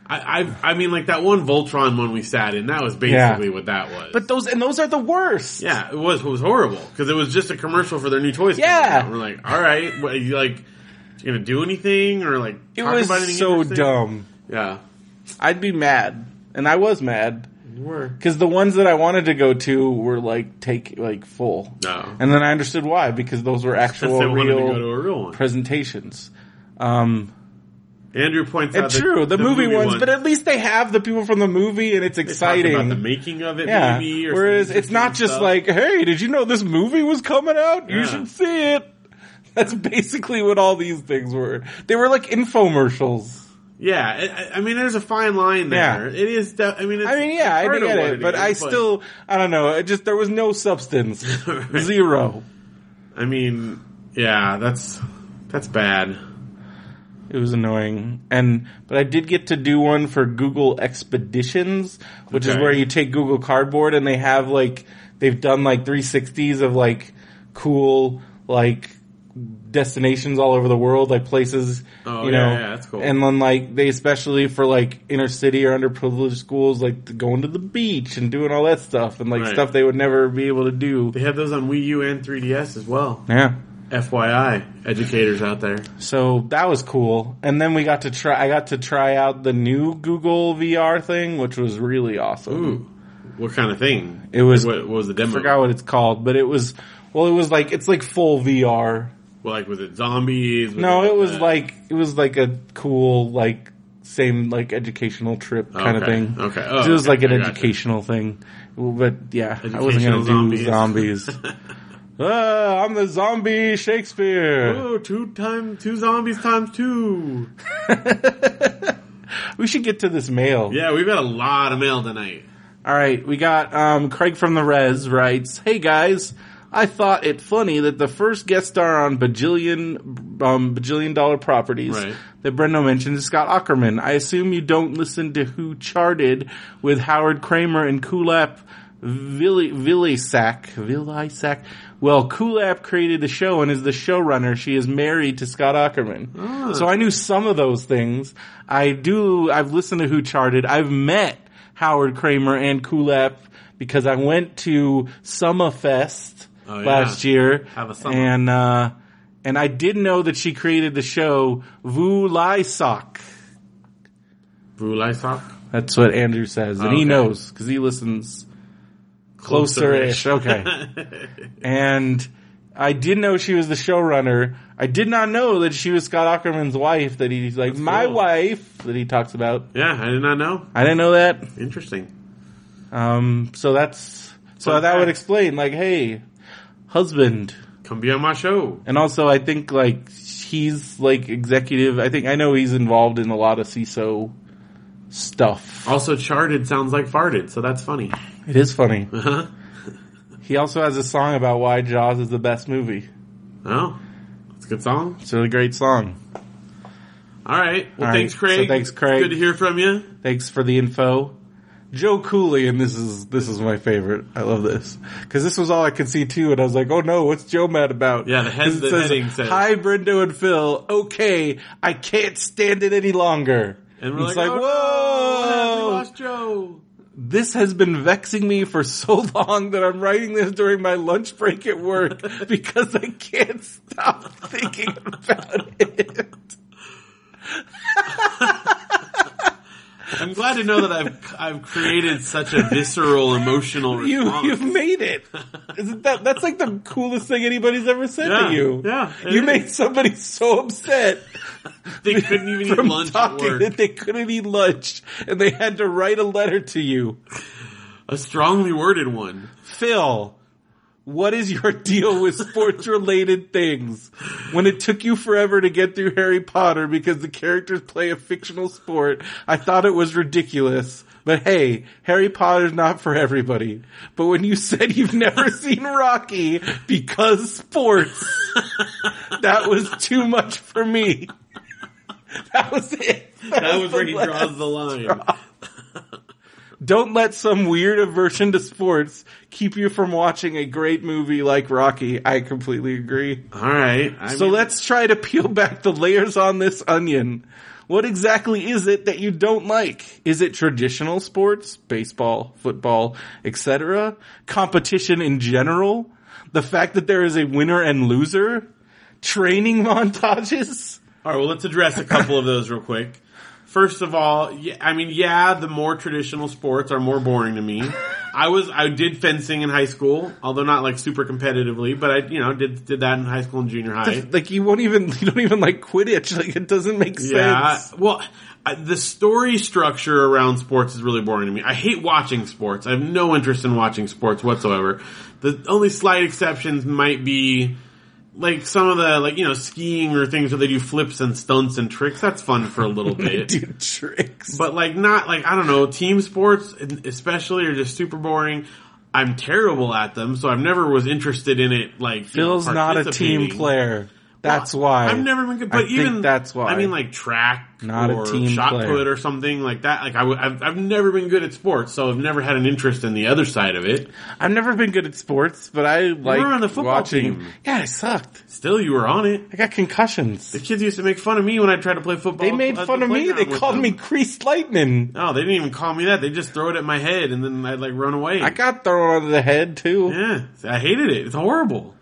C: I, I I mean like that one Voltron one we sat in. That was basically what that was.
B: But those and those are the worst.
C: yeah, it was it was horrible because it was just a commercial for their new toys. coming
B: Yeah.
C: out. we're like, all right, what, are you like you gonna do anything or like
B: it
C: talk
B: was
C: about anything
B: so
C: interesting?
B: dumb.
C: Yeah,
B: I'd be mad, and I was mad
C: You were
B: because the ones that I wanted to go to were like take like full.
C: no.
B: And then I understood why because those were actual
C: they wanted to go to
B: real
C: a real one.
B: presentations. Um,
C: Andrew points out
B: and
C: that
B: true, the, movie, ones,
C: one-
B: but at least they have the people from the movie, and it's
C: they talked
B: exciting.
C: about the making of it.
B: Yeah.
C: maybe, or
B: Whereas
C: some
B: it's not
C: interesting
B: just
C: stuff.
B: like, hey, did you know this movie was coming out? You
C: Yeah.
B: should see it. That's basically what all these things were. They were like infomercials.
C: yeah. I- I, I mean, there's a fine line there.
B: Yeah.
C: It is. De- I mean, it's
B: I mean, yeah, I
C: part of
B: get
C: what
B: it, but
C: is,
B: I still, I don't know. It just there was no substance,
C: Right.
B: zero.
C: I mean, yeah, that's that's bad.
B: It was annoying, and but I did get to do one for Google Expeditions, which is
C: Okay.
B: where you take Google Cardboard and they have like they've done like 360s of like cool like destinations all over the world, like places
C: Oh,
B: you
C: yeah,
B: know,
C: yeah, that's cool.
B: and then like they especially for like inner city or underprivileged schools, like going to the beach and doing all that stuff and like
C: Right.
B: stuff they would never be able to do.
C: They have those on Wii U and 3DS as well.
B: Yeah.
C: FYI, educators out there.
B: So that was cool. And then we got to try, I got to try out the new Google VR thing, which was really awesome.
C: Ooh, what kind of thing?
B: It was,
C: What, what was the demo?
B: forgot what it's called, but it was, well, it was like, it's like full VR.
C: Well, like was it zombies?
B: No, it was
C: uh,
B: like, it was like a cool, like, same, like, educational trip kind of
C: okay,
B: thing.
C: Okay, oh,
B: it was
C: okay,
B: like an
C: I gotcha.
B: educational thing. But yeah, I wasn't
C: Educational
B: going to do zombies. Ah, I'm the zombie Shakespeare.
C: Oh, two time two zombies times two.
B: We should get to this mail.
C: Yeah, we've got a lot of mail tonight.
B: All right, we got um, Craig from the Res writes, "Hey guys, I thought it funny that the first guest star on Bajillion um, Bajillion Dollar Properties
C: Right.
B: that Brendo mentioned is Scott Ackerman. I assume you don't listen to Who Charted with Howard Kramer and Kulap Villi- Villisack. Villisack. Well, Kulap created the show and is the showrunner. She is married to Scott Ackerman,
C: Ah.
B: so I knew some of those things. I do. I've listened to Who Charted. I've met." Howard Kramer and Kulap because I went to Summerfest
C: Oh, yeah.
B: last year.
C: Have a summer.
B: And, uh, and I did know that she created the show Vu Lai Sok.
C: Brulai sock
B: That's what Andrew says. And he
C: Okay.
B: knows because he listens closer-ish. Okay. and I did know she was the showrunner. I did not know that she was Scott Ackerman's wife that he's like, my
C: cool.
B: wife that he talks about.
C: yeah, I did not know.
B: I didn't know that.
C: Interesting.
B: Um, so that's so
C: Fun
B: that would
C: fact.
B: explain like, hey, husband,
C: Come be on my show.
B: and also I think like he's like executive. I think I know he's involved in a lot of CISO stuff.
C: Also, charted sounds like farted, so that's funny.
B: It is funny.
C: Uh-huh.
B: He also has a song about why Jaws is the best movie.
C: Oh, it's a good song.
B: It's a really great song.
C: All right. Well,
B: All right,
C: thanks, Craig.
B: so thanks,
C: It's
B: Craig.
C: Good to hear from you.
B: Thanks for the info. Joe Cooley, and this is this is my favorite. I love this because this was all I could see too, and I was like, "Oh no, what's Joe mad about?"
C: Yeah, the head-
B: 'Cause it
C: the heading says-
B: "Hi, Brendo and Phil. Okay, I can't stand it any longer."
C: And we're
B: it's
C: like,
B: like,
C: "Oh, no,
B: "Whoa!"
C: we lost Joe.
B: this has been vexing me for so long that I'm writing this during my lunch break at work because I can't stop thinking about it.
C: I'm glad to know that I've I've created such a visceral, emotional
B: You,
C: response.
B: you've made it. Isn't that that's like the coolest thing anybody's ever said
C: Yeah,
B: to you?
C: yeah, it
B: you
C: is.
B: made somebody so upset
C: they couldn't even eat
B: from
C: lunch at
B: talking
C: work.
B: that they couldn't eat lunch and they had to write a letter to you.
C: A strongly worded one.
B: Phil, what is your deal with sports related things? When it took you forever to get through Harry Potter because the characters play a fictional sport, I thought it was ridiculous. But hey, Harry Potter's not for everybody. But when you said you've never seen Rocky because sports, that was too much for me. That was it.
C: That was
B: the
C: where he
B: last-
C: draws the line.
B: Don't let some weird aversion to sports keep you from watching a great movie like Rocky. I completely agree.
C: All right. I
B: So
C: mean,
B: let's try to peel back the layers on this onion. What exactly is it that you don't like? Is it traditional sports, baseball, football, etc.? Competition in general? The fact that there is a winner and loser? Training montages?
C: All right. Well, let's address a couple of those real quick. First of all, yeah, I mean, yeah, the more traditional sports are more boring to me. I was, I did fencing in high school, although not like super competitively, but I, you know, did did that in high school and junior high.
B: Like you won't even, you don't even like Quidditch. Like it doesn't make
C: Yeah.
B: sense.
C: Well, I, the story structure around sports is really boring to me. I hate watching sports. I have no interest in watching sports whatsoever. The only slight exceptions might be like some of the like you know skiing or things where they do flips and stunts and tricks. That's fun for a little bit.
B: Do tricks.
C: But like not like I don't know team sports especially are just super boring. I'm terrible at them, so I've never was interested in it. Like you know,
B: Phil's not a team
C: participating.
B: player. That's why.
C: I've never been good.
B: I
C: But
B: think
C: even
B: that's why.
C: I mean, like track,
B: Not a
C: or
B: team
C: shot
B: player.
C: put or something like that. Like I w- I've, I've never been good at sports, so I've never had an interest in the other side of it.
B: I've never been good at sports, but I like
C: on the football
B: watching.
C: team.
B: Yeah, I sucked.
C: Still, you were on it.
B: I got concussions.
C: The kids used to make fun of me when I tried to play football.
B: They made
C: at the
B: fun of me. They
C: playground with
B: called
C: them.
B: me creased lightning.
C: No, they didn't even call me that. They just throw it at my head, and then I'd like run away.
B: I got thrown under the head too.
C: yeah, I hated it. It's horrible.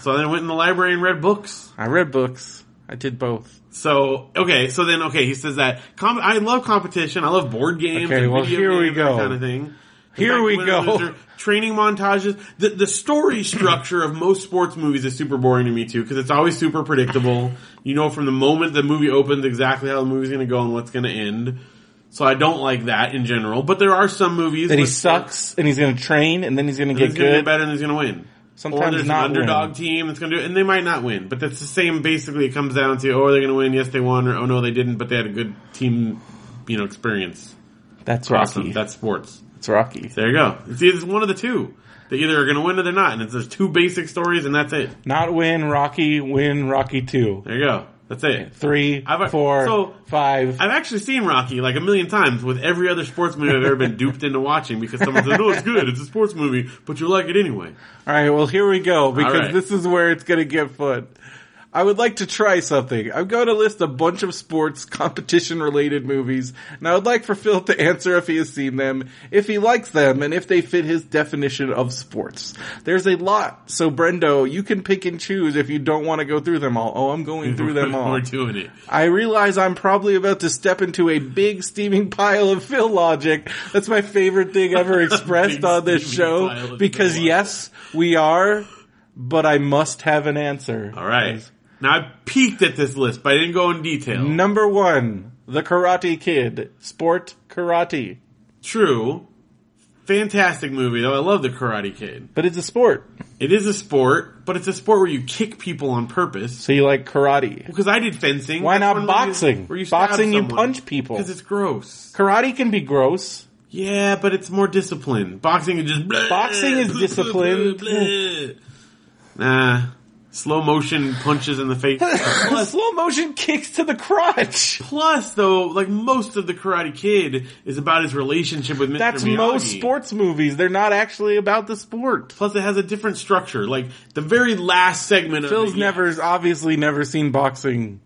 C: So then I went in the library and read books.
B: I read books. I did both.
C: So okay, so then okay, he says that com- I love competition. I love board games.
B: Okay,
C: and
B: well,
C: video
B: here we
C: games, that
B: go.
C: kind of thing.
B: Here
C: Like,
B: we
C: when
B: go.
C: those are Training montages. The, the story structure of most sports movies is super boring to me too because it's always super predictable. You know from the moment the movie opens exactly how the movie's going to go and what's going to end. So I don't like that in general. But there are some movies
B: Then he
C: with-
B: sucks, and he's going to train, and then he's going to get
C: He's going to get
B: good.
C: better and he's going to win.
B: Sometimes
C: or there's
B: not
C: an underdog team that's going to do it, and they might not win. But that's the same. Basically, it comes down to oh, they're going to win. Yes, they won, or oh no, they didn't, but they had a good team, you know, experience.
B: That's
C: Awesome.
B: Rocky.
C: That's sports.
B: That's Rocky.
C: There you go. It's, it's one of the two. They either are going to win or they're not, and it's there's two basic stories, and that's it.
B: Not win Rocky. Win Rocky two,
C: There you go. That's it.
B: three,
C: I've-
B: four,
C: so-
B: five.
C: I've actually seen Rocky like a million times with every other sports movie I've ever been duped into watching because someone says, "Oh, it's good. It's a sports movie, but you like it anyway."
B: All right, well here we go because
C: All right.
B: this is where it's going to get fun. I would like to try something. I'm going to list a bunch of sports competition related movies and I would like for Phil to answer if he has seen them, if he likes them, and if they fit his definition of sports. There's a lot, so Brendo, you can pick and choose if you don't want to go through them all. Oh, I'm going through them all.
C: We're doing it.
B: I realize I'm probably about to step into a big steaming pile of Phil logic. That's my favorite thing ever expressed
C: Big
B: on this
C: steaming pile
B: show.
C: of
B: Because
C: Phil logic.
B: yes, we are, but I must have an answer.
C: All right. Now I peeked at this list, but I didn't go in detail.
B: Number one, The Karate Kid, Sport Karate.
C: True. Fantastic movie though. I love the Karate Kid.
B: But it's a sport.
C: It is a sport, but it's a sport where you kick people on purpose.
B: So you like karate.
C: Because I did fencing.
B: Why
C: That's
B: not
C: one where you-
B: boxing?
C: Where you
B: Boxing, you punch people.
C: Because it's gross.
B: Karate can be gross.
C: Yeah, but it's more discipline. Boxing is just bleh,
B: Boxing is
C: bleh, bleh,
B: disciplined.
C: bleh, bleh. Nah. Slow motion punches in the face. Plus,
B: Slow motion kicks to the crotch.
C: plus though, like most of the Karate Kid is about his relationship with Mr.
B: That's
C: Miyagi.
B: most sports movies. They're not actually about the sport.
C: Plus, it has a different structure. Like the very last segment.
B: Phil's
C: of it,
B: never obviously never seen boxing.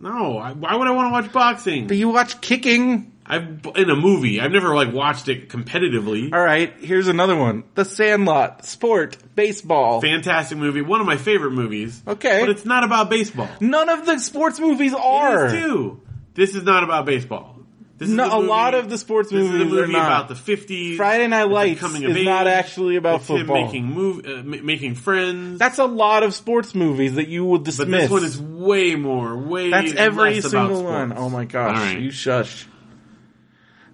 C: No, I, why would I want to watch boxing?
B: But you watch kicking.
C: I've in a movie. I've never like watched it competitively.
B: All right, here's another one. The Sandlot, sport, baseball.
C: Fantastic movie. One of my favorite movies.
B: Okay.
C: but it's not about baseball.
B: None of the sports movies are.
C: It is too. This is not about baseball. This
B: No,
C: is
B: a lot of the sports
C: this is a
B: movies are
C: movie
B: not.
C: about the fifties.
B: Friday Night Lights is not actually about football.
C: making move, uh, ma- making friends.
B: That's a lot of sports movies that you will
C: but
B: dismiss.
C: this one is way more. Way
B: That's every
C: less about
B: single one.
C: sports.
B: Oh my gosh,
C: All right.
B: you shush.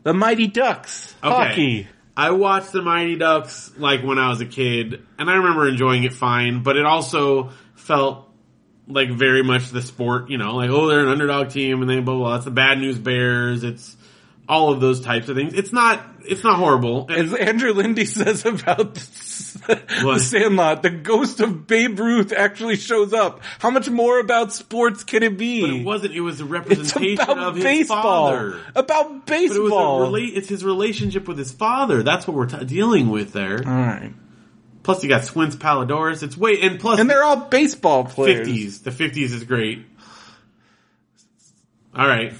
B: The Mighty Ducks,
C: Okay.
B: hockey.
C: I watched the Mighty Ducks like when I was a kid, and I remember enjoying it fine, but it also felt like very much the sport, you know, like oh they're an underdog team and they blah blah. blah. It's the bad news bears. It's all of those types of things. It's not it's not horrible. And
B: As Andrew Lindy says about the
C: What?
B: Sandlot, the ghost of Babe Ruth actually shows up. How much more about sports can it be?
C: But it wasn't. It was a
B: it's
C: representation
B: about
C: of his
B: baseball.
C: father.
B: About
C: But it was a
B: baseball.
C: rela- it's his relationship with his father. That's what we're t- dealing with there.
B: All right,
C: Plus, you got Swince Palidorus. It's way and plus
B: and they're all baseball players.
C: fifties. The fifties is great. All right,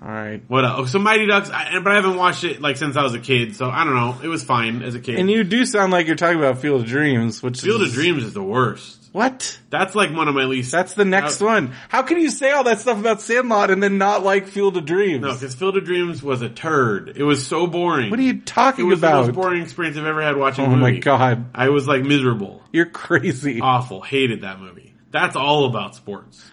B: All right,
C: what else? Oh, So Mighty Ducks, I, but I haven't watched it like since I was a kid. So I don't know. It was fine as a kid.
B: and you do sound like you're talking about Field of Dreams, which
C: Field
B: is,
C: of Dreams is the worst.
B: What?
C: That's like one of my least.
B: That's the next
C: Uh,
B: one. How can you say all that stuff about Sandlot and then not like Field of Dreams?
C: no, because Field of Dreams was a turd. It was so boring.
B: what are you
C: It
B: talking
C: was the
B: about?
C: most boring experience I've ever had watching. a
B: oh my
C: movie.
B: god,
C: I was like miserable.
B: you're crazy.
C: awful. Hated that movie. That's all about sports.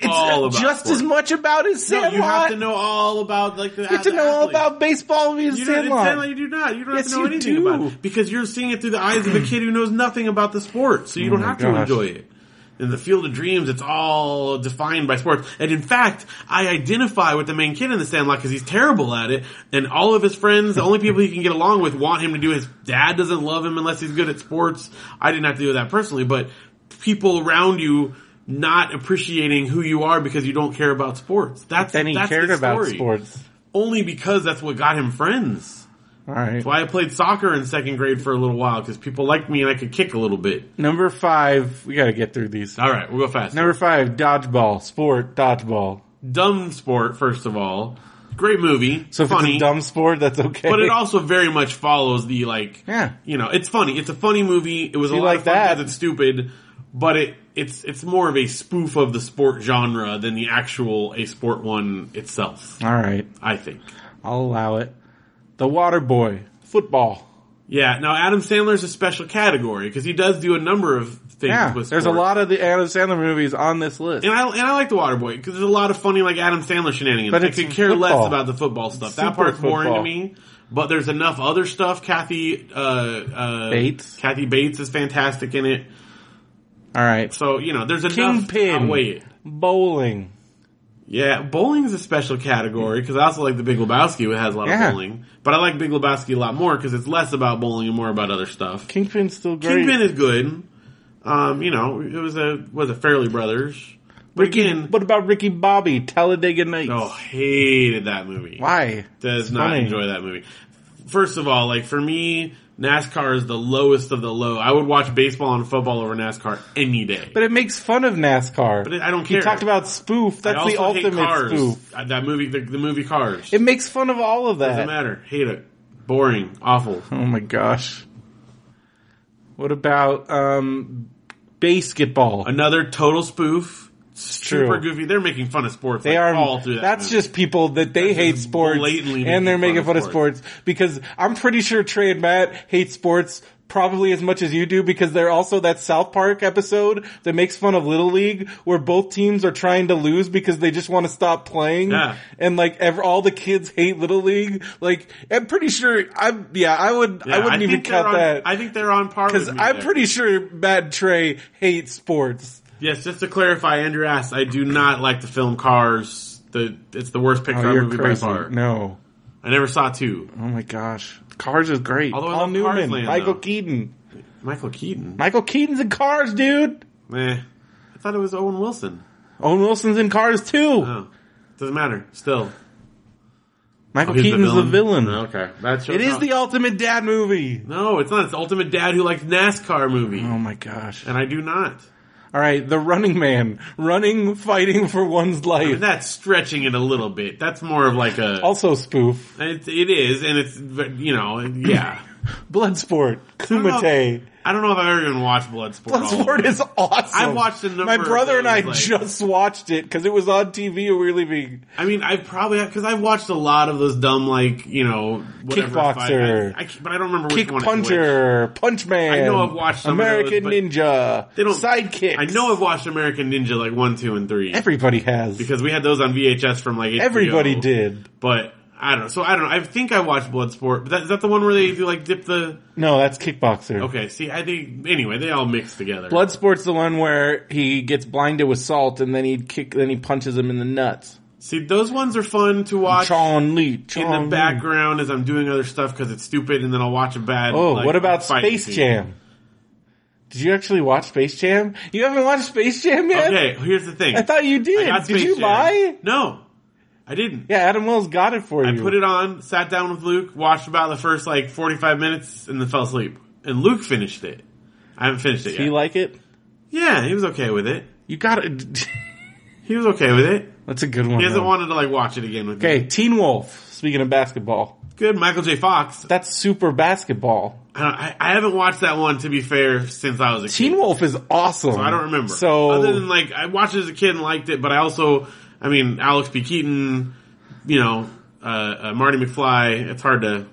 B: It's
C: all about
B: just
C: sports.
B: as much about as
C: No,
B: Sandlot.
C: you have to know all about like the.
B: You have to
C: the
B: know all
C: athletes.
B: about baseball and
C: You don't, in
B: Sandlot.
C: Sandlot, you do not. You don't
B: Yes,
C: have to know
B: you
C: anything
B: do.
C: about it because you're seeing it through the eyes of a kid who knows nothing about the sport, so you don't
B: Oh my
C: have
B: gosh.
C: to enjoy it. In the field of dreams, it's all defined by sports. And in fact, I identify with the main kid in the Sandlot because he's terrible at it. And all of his friends, the only people he can get along with, want him to do. it. His dad doesn't love him unless he's good at sports. I didn't have to deal with that personally, but people around you not appreciating who you are because you don't care about sports. That's
B: then he
C: that's the
B: cared about
C: story.
B: sports.
C: only because that's what got him friends.
B: All right.
C: That's why I played soccer in second grade for a little while because people liked me and I could kick a little bit.
B: Number five. We got to get through these.
C: All right, we'll go fast.
B: Number five. Dodgeball. Sport. Dodgeball.
C: dumb sport, first of all. Great movie.
B: So if
C: funny.
B: it's a dumb sport, that's okay.
C: but it also very much follows the like,
B: Yeah.
C: you know, it's funny. It's a funny movie. It was a
B: you
C: lot
B: like
C: of fun
B: that-
C: 'cause it's stupid, but it it's it's more of a spoof of the sport genre than the actual a sport one itself.
B: All right.
C: I think.
B: I'll allow it. The Water Boy. Football.
C: Yeah. Now Adam Sandler's a special category because he does do a number of things.
B: Yeah.
C: with
B: There's a
C: sports.
B: lot of the Adam Sandler movies on this list.
C: And I and I like the Waterboy because there's a lot of funny like Adam Sandler shenanigans.
B: But
C: I
B: it's
C: could care
B: football.
C: less about the football stuff.
B: Super
C: that part's boring to
B: football.
C: me. But there's enough other stuff. Kathy uh, uh,
B: Bates.
C: Kathy Bates is fantastic in it.
B: All right.
C: So you know, there's enough.
B: Kingpin.
C: outweigh it.
B: Bowling.
C: Yeah, bowling's a special category because I also like the Big Lebowski. It has a lot
B: Yeah.
C: of bowling, but I like Big Lebowski a lot more because it's less about bowling and more about other stuff.
B: Kingpin's still great.
C: Kingpin is good. Um, you know, it was a was a Fairly Brothers. But
B: Ricky,
C: again,
B: what about Ricky Bobby? Talladega Nights.
C: oh, hated that movie.
B: Why?
C: does not
B: funny.
C: enjoy that movie. First of all, like for me, NASCAR is the lowest of the low. I would watch baseball and football over NASCAR any day.
B: But it makes fun of NASCAR.
C: But I don't
B: He
C: care.
B: talked about spoof.
C: I
B: That's the
C: also hate
B: ultimate
C: cars.
B: spoof.
C: Uh, That movie, the, the movie Cars,
B: It makes fun of all of
C: doesn't
B: that.
C: matter. Hate it. Boring. Awful.
B: Oh my gosh. What about um basketball?
C: Another total spoof. Super
B: true.
C: goofy. They're making fun of sports.
B: They
C: like,
B: are
C: all through that.
B: That's
C: movie.
B: just people that they
C: That's
B: hate
C: just
B: sports
C: blatantly
B: and they're making fun of
C: sports.
B: sports because I'm pretty sure Trey and Matt hate sports probably as much as you do because they're also that South Park episode that makes fun of Little League where both teams are trying to lose because they just want to stop playing
C: Yeah.
B: and like ever all the kids hate Little League like I'm pretty sure I'm yeah I would
C: Yeah,
B: I wouldn't even
C: think they're
B: count
C: on-
B: that
C: I think they're on par.
B: because
C: with me
B: I'm
C: there.
B: pretty sure Matt and Trey hate sports.
C: Yes, just to clarify, Andrew asked. I do not like the film Cars. The it's the worst Pixar movie by far.
B: Oh, No.
C: I never saw two.
B: Oh my gosh. Cars is great.
C: Although I
B: Paul
C: love Cars
B: Newman,
C: Land,
B: Michael
C: though.
B: Keaton.
C: Michael Keaton.
B: Michael Keaton's in Cars, dude.
C: Eh. I thought it was Owen Wilson.
B: Owen Wilson's in Cars too.
C: Oh. Doesn't matter. Still.
B: Michael
C: oh, He's
B: Keaton's the villain.
C: Okay. That's
B: It is the ultimate dad movie.
C: No, it's not. It's the Ultimate Dad Who Likes NASCAR movie.
B: Oh my gosh.
C: And I do not.
B: All right, The Running Man. Running, fighting for one's life.
C: That's stretching it a little bit. That's more of like a.
B: Also spoof.
C: It's, it is, and it's, you know, yeah.
B: Bloodsport. Kumite.
C: I don't know if I've ever even watched Bloodsport. all the
B: Bloodsport
C: way.
B: is awesome.
C: I've watched a number
B: My
C: of
B: brother and I
C: those, like-
B: just watched it because it was on TV when we were leaving.
C: I mean, I probably because I've watched a lot of those dumb, like you know, whatever fight-
B: Kickboxer.
C: I, I can't- but I don't remember
B: Kick
C: which one. it was.
B: Puncher, Punch Man.
C: I know I've watched some of
B: American
C: those, but
B: Ninja.
C: They don't
B: Sidekicks.
C: I know I've watched American Ninja like one, two, and three
B: Everybody has.
C: because we had those on VHS from like HBO.
B: Everybody did.
C: But I don't know. So I don't know. I think I watched Bloodsport. But that, is that the one where they do like dip the?
B: No, that's Kickboxer.
C: Okay. See, I think anyway they all mix together.
B: Bloodsport's the one where he gets blinded with salt and then he kick, then he punches him in the nuts.
C: See, those ones are fun to watch
B: Chon Lee.
C: in
B: Chon
C: the
B: Lee.
C: background as I'm doing other stuff because it's stupid, and then I'll watch a bad.
B: Oh,
C: like,
B: what about
C: fight
B: Space
C: scene.
B: Jam? Did you actually watch Space Jam? You haven't watched Space Jam yet?
C: Okay, here's the thing.
B: I thought you
C: I
B: did.
C: got
B: Did
C: Space
B: you
C: Jam.
B: lie?
C: No, I didn't.
B: Yeah, Adam Wells got it for
C: I
B: you.
C: put it on, sat down with Luke, watched about the first like 45 minutes, and then fell asleep. And Luke finished it. I haven't finished it
B: Do you
C: yet.
B: like it?
C: yeah, he was okay with it.
B: You got it.
C: He was okay with it.
B: That's a good one.
C: He hasn't
B: though.
C: wanted to like watch it again with me.
B: Okay, Teen Wolf. Speaking of basketball,
C: Good, Michael J. Fox.
B: that's super basketball.
C: I, don't- I, I haven't watched that one to be fair since I was a
B: Teen
C: kid.
B: Wolf is awesome.
C: I don't remember.
B: So
C: other than like I watched it as a kid and liked it, but I also, I mean, Alex B. Keaton, you know, uh, uh, Marty McFly. It's hard to,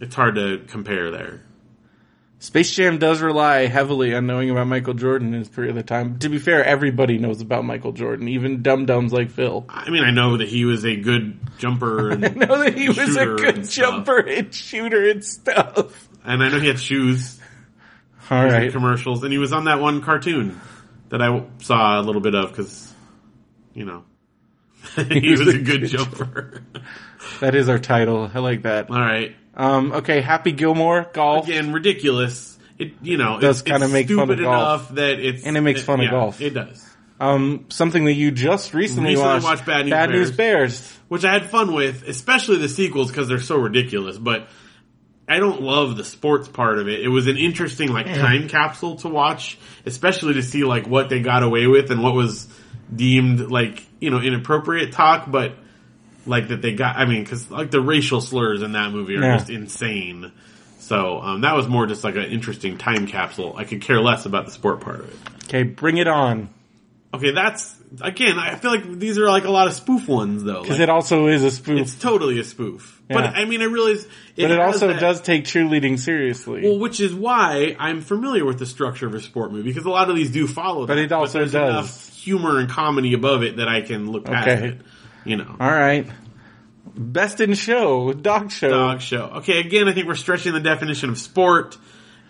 C: it's hard to compare there.
B: Space Jam does rely heavily on knowing about Michael Jordan in his period of time. To be fair, everybody knows about Michael Jordan, even dum dums like Phil.
C: I mean, I know that he was a good jumper, and,
B: I know that he was a
C: Shooter
B: good
C: and stuff.
B: jumper and shooter and stuff.
C: and I know he had shoes
B: All
C: in
B: right.
C: commercials, and he was on that one cartoon that I w- saw a little bit of because, you know, he, was, a good, jumper.
B: That is our title. I like that.
C: All right,
B: Um, okay, Happy Gilmore, golf.
C: again, ridiculous. It you know it's-
B: does kinda
C: it's
B: make fun of
C: stupid
B: golf.
C: enough that it's
B: And it makes fun of
C: yeah,
B: golf.
C: It does,
B: Um, something that you just recently,
C: Recently watched
B: watched,
C: Bad News
B: Bears.
C: which I had fun with, especially the sequels because they're so ridiculous. But I don't love the sports part of it. It was an interesting like time capsule to watch, especially to see like what they got away with and what was deemed like you know inappropriate talk, but like that they got. I mean, because like the racial slurs in that movie are
B: Yeah.
C: just insane. So um, that was more just like an interesting time capsule. I could care less about the sport part of it.
B: Okay, bring it on.
C: Okay, that's again. I feel like these are like a lot of spoof ones though.
B: Because
C: Like-
B: it also is a spoof.
C: it's totally a spoof.
B: Yeah.
C: But I mean, I realize, it
B: but it
C: has
B: also
C: that-
B: does take cheerleading seriously.
C: Well, which is why I'm familiar with the structure of a sport movie because a lot of these do follow.
B: But
C: that,
B: it also
C: there's
B: does.
C: enough humor and comedy above it that I can look past
B: Okay.
C: it. You know,
B: All right. Best in show, dog show.
C: dog show. Okay, again, I think we're stretching the definition of sport.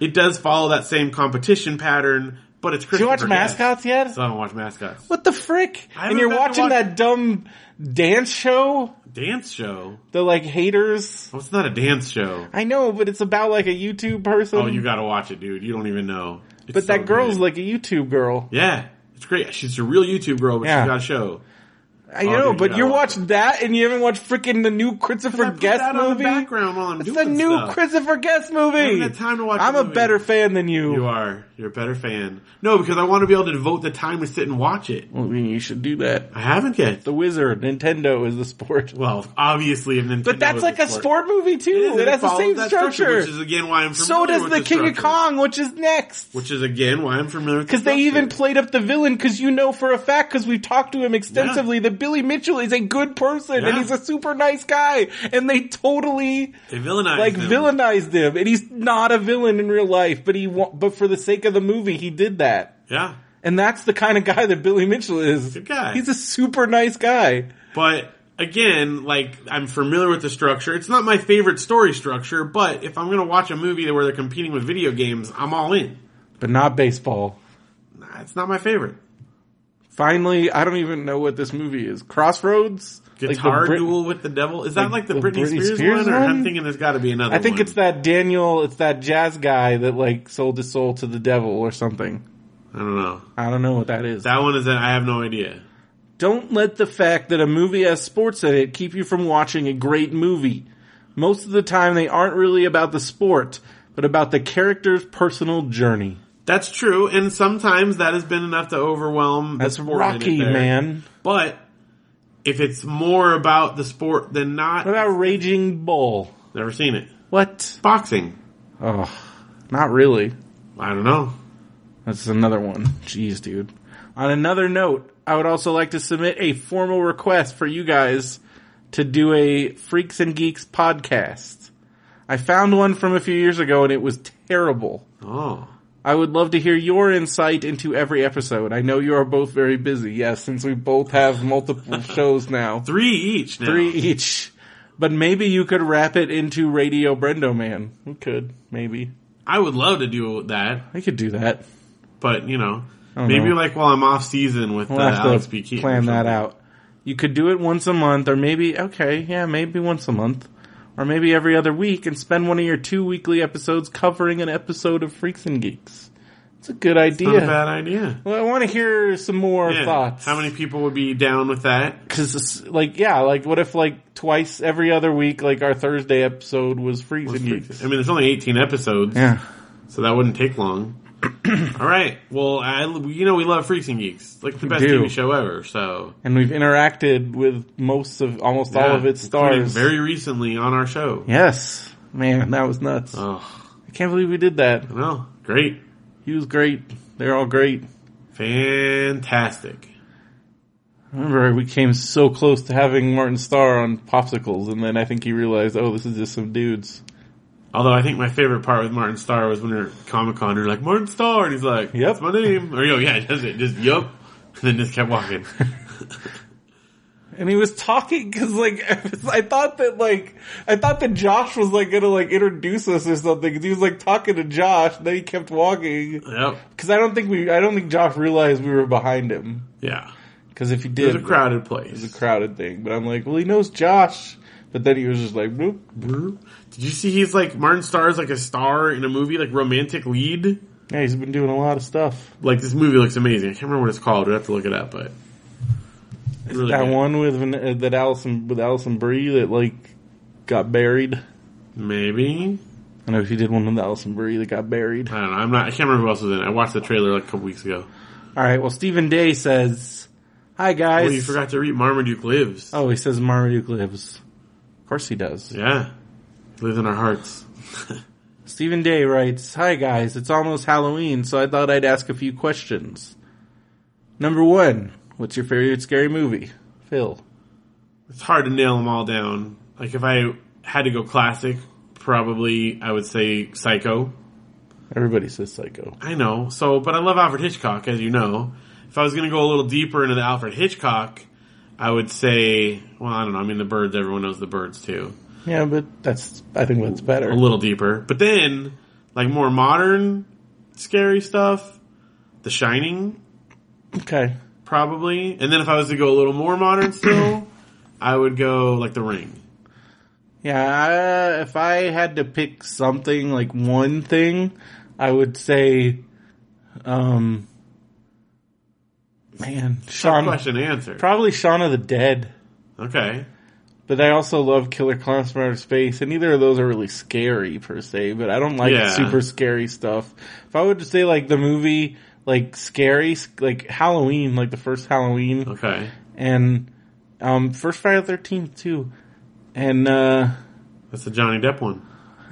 C: It does follow that same competition pattern, but it's
B: Did you
C: Christopher
B: watch
C: Guest.
B: Mascots yet?
C: So I don't watch mascots.
B: What the frick?
C: I haven't
B: And you're
C: gotten to
B: watching
C: watch-
B: that dumb dance show?
C: Dance show?
B: The like haters?
C: Oh, it's not a dance show.
B: I know, but it's about like a YouTube person.
C: Oh, you got to watch it, dude. You don't even know. It's
B: but
C: so
B: that girl's
C: good.
B: like a YouTube girl.
C: Yeah, it's great. She's a real YouTube girl, but
B: Yeah.
C: she's got a show.
B: I know,
C: dude,
B: but
C: yeah.
B: you're watching that and you haven't watched freaking the new
C: I
B: Christopher
C: put
B: Guest
C: that on
B: movie?
C: the background while I'm
B: it's the
C: doing
B: new
C: stuff.
B: Christopher Guest movie.
C: haven't had time to watch
B: I'm
C: the
B: a
C: movie.
B: better fan than you.
C: You are. You're a better fan. No, because I want to be able to devote the time to sit and watch it.
B: Well, then you should do that.
C: I haven't yet.
B: The Wizard, Nintendo is the sport.
C: Well, obviously, and then
B: But that's like a sport movie too. It, has the same structure.
C: which is again why I'm familiar
B: so does
C: with
B: the King of
C: structure.
B: Kong, which is next.
C: which is again why I'm familiar with
B: Because
C: the
B: they even
C: structure.
B: played up the villain, because you know for a fact, because we've talked to him extensively, that Billy Mitchell is a good person and
C: Yeah.
B: he's a super nice guy, and they totally
C: they villainized
B: like
C: them.
B: villainized him, and he's not a villain in real life, but he wa- but for the sake of the movie, he did that,
C: Yeah,
B: and that's the kind of guy that Billy Mitchell is.
C: Good guy.
B: He's a super nice guy.
C: but again, like I'm familiar with the structure. It's not my favorite story structure, but if I'm gonna watch a movie where they're competing with video games, I'm all in.
B: But not baseball.
C: Nah, it's not my favorite.
B: Finally, I don't even know what this movie is. Crossroads? Like the
C: Guitar
B: Brit-
C: Duel with the Devil? Is that like, the,
B: the
C: Britney,
B: Britney
C: Spears,
B: Spears
C: one? Or
B: one?
C: I'm thinking there's got to be another
B: I think
C: one.
B: it's that Daniel, it's that jazz guy that like sold his soul to the devil or something.
C: I don't know.
B: I don't know what that is.
C: That one is that I have no idea.
B: Don't let the fact that a movie has sports in it keep you from watching a great movie. Most of the time they aren't really about the sport, but about the character's personal journey.
C: That's true, and sometimes that has been enough to overwhelm
B: That's
C: the sport in it
B: Rocky,
C: there.
B: man.
C: But if it's more about the sport than not,
B: What about Raging Bull?
C: never seen it.
B: What?
C: Boxing.
B: Oh, not really.
C: I don't know.
B: That's another one. Jeez, dude. On another note, I would also like to submit a formal request for you guys to do a Freaks and Geeks podcast. I found one from a few years ago and it was terrible.
C: Oh,
B: I would love to hear your insight into every episode. I know you are both very busy. Yes, since we both have multiple shows now.
C: three each. Now.
B: Three each. But maybe you could wrap it into Radio Brendo Man. We could, maybe.
C: I would love to do that,
B: I could do that.
C: but you know,
B: don't
C: maybe
B: know.
C: like while I'm off season with
B: Oh, We'll
C: uh,
B: have
C: Alex
B: to
C: B. Keaton or
B: plan that
C: something.
B: out. You could do it once a month, or maybe okay, yeah, maybe once a month, or maybe every other week, and spend one of your two weekly episodes covering an episode of Freaks and Geeks. It's a good
C: Not a
B: idea.
C: bad idea.
B: Well, I want to hear some more
C: Yeah.
B: thoughts.
C: How many people would be down with that?
B: Because, like, yeah, like, what if, like, twice every other week, like, our Thursday episode was Freaks and Geeks?
C: I mean, there's only 18 episodes,
B: Yeah.
C: so that wouldn't take long. All right. Well, I, you know, we love Freaks and Geeks. It's like the best
B: do.
C: TV show ever. So
B: And we've interacted with most of, almost all
C: Yeah,
B: of its
C: including
B: stars.
C: very recently on our show.
B: yes. Man, that was nuts.
C: Oh,
B: I can't believe we did that.
C: well, great,
B: He was great. They're all great.
C: fantastic.
B: I remember we came so close to having Martin Starr on Popsicles, and then I think he realized, oh, this is just some dudes.
C: Although I think my favorite part with Martin Starr was when we were at Comic Con, we were like, Martin Starr! And he's like,
B: Yep.
C: that's my name. Or, yo, yeah, that's it. Just, yup. And then just kept walking.
B: And he was talking because, like, I thought that, like, I thought that Josh was like gonna like introduce us or something. 'cause he was like talking to Josh, and then he kept walking
C: yep.
B: because I don't think we, I don't think Josh realized we were behind him.
C: Yeah.
B: Because if he
C: It was
B: did,
C: a crowded place.
B: it's a crowded thing. But I'm like, well, he knows Josh. But then he was just like, nope.
C: Did you see he's like, Martin Starr is like a star in a movie, like romantic lead?
B: Yeah, he's been doing a lot of stuff.
C: Like, this movie looks amazing. I can't remember what it's called. We'd have to look it up, but. Really
B: that
C: good.
B: one with Van- uh, that Allison with Allison Brie that like got buried.
C: Maybe.
B: I know she did one with Allison Brie that got buried.
C: I don't know. I'm not, I can't remember who else was in it. I watched the trailer like a couple weeks ago.
B: All right. Well, Stephen Day says, "Hi guys."
C: Oh, you forgot to read Marmaduke Lives.
B: Oh, he says Marmaduke lives. Of course he does.
C: Yeah. Lives in our hearts.
B: Stephen Day writes, Hi guys, it's almost Halloween, so I thought I'd ask a few questions. Number one, what's your favorite scary movie? Phil.
C: It's hard to nail them all down. Like if I had to go classic, probably I would say Psycho.
B: Everybody says Psycho.
C: I know. So, but I love Alfred Hitchcock, as you know. If I was going to go a little deeper into the Alfred Hitchcock, I would say, well, I don't know. I mean, the birds. Everyone knows the birds too.
B: Yeah, but that's, I think that's
C: A
B: better.
C: little deeper, but then like more modern, scary stuff. The Shining,
B: Okay.
C: probably. And then if I was to go a little more modern still, I would go like The Ring.
B: Yeah, I, if I had to pick something, like one thing, I would say, um, man, Shaun,
C: Question answer.
B: probably Shaun of the Dead.
C: Okay.
B: But I also love Killer Clowns from Outer Space, and neither of those are really scary per se. But I don't like
C: Yeah.
B: super scary stuff. If I would just say like the movie, like scary, s- like Halloween, like the first Halloween,
C: Okay.
B: and um, first Friday the Thirteenth too, and uh,
C: That's the Johnny Depp one.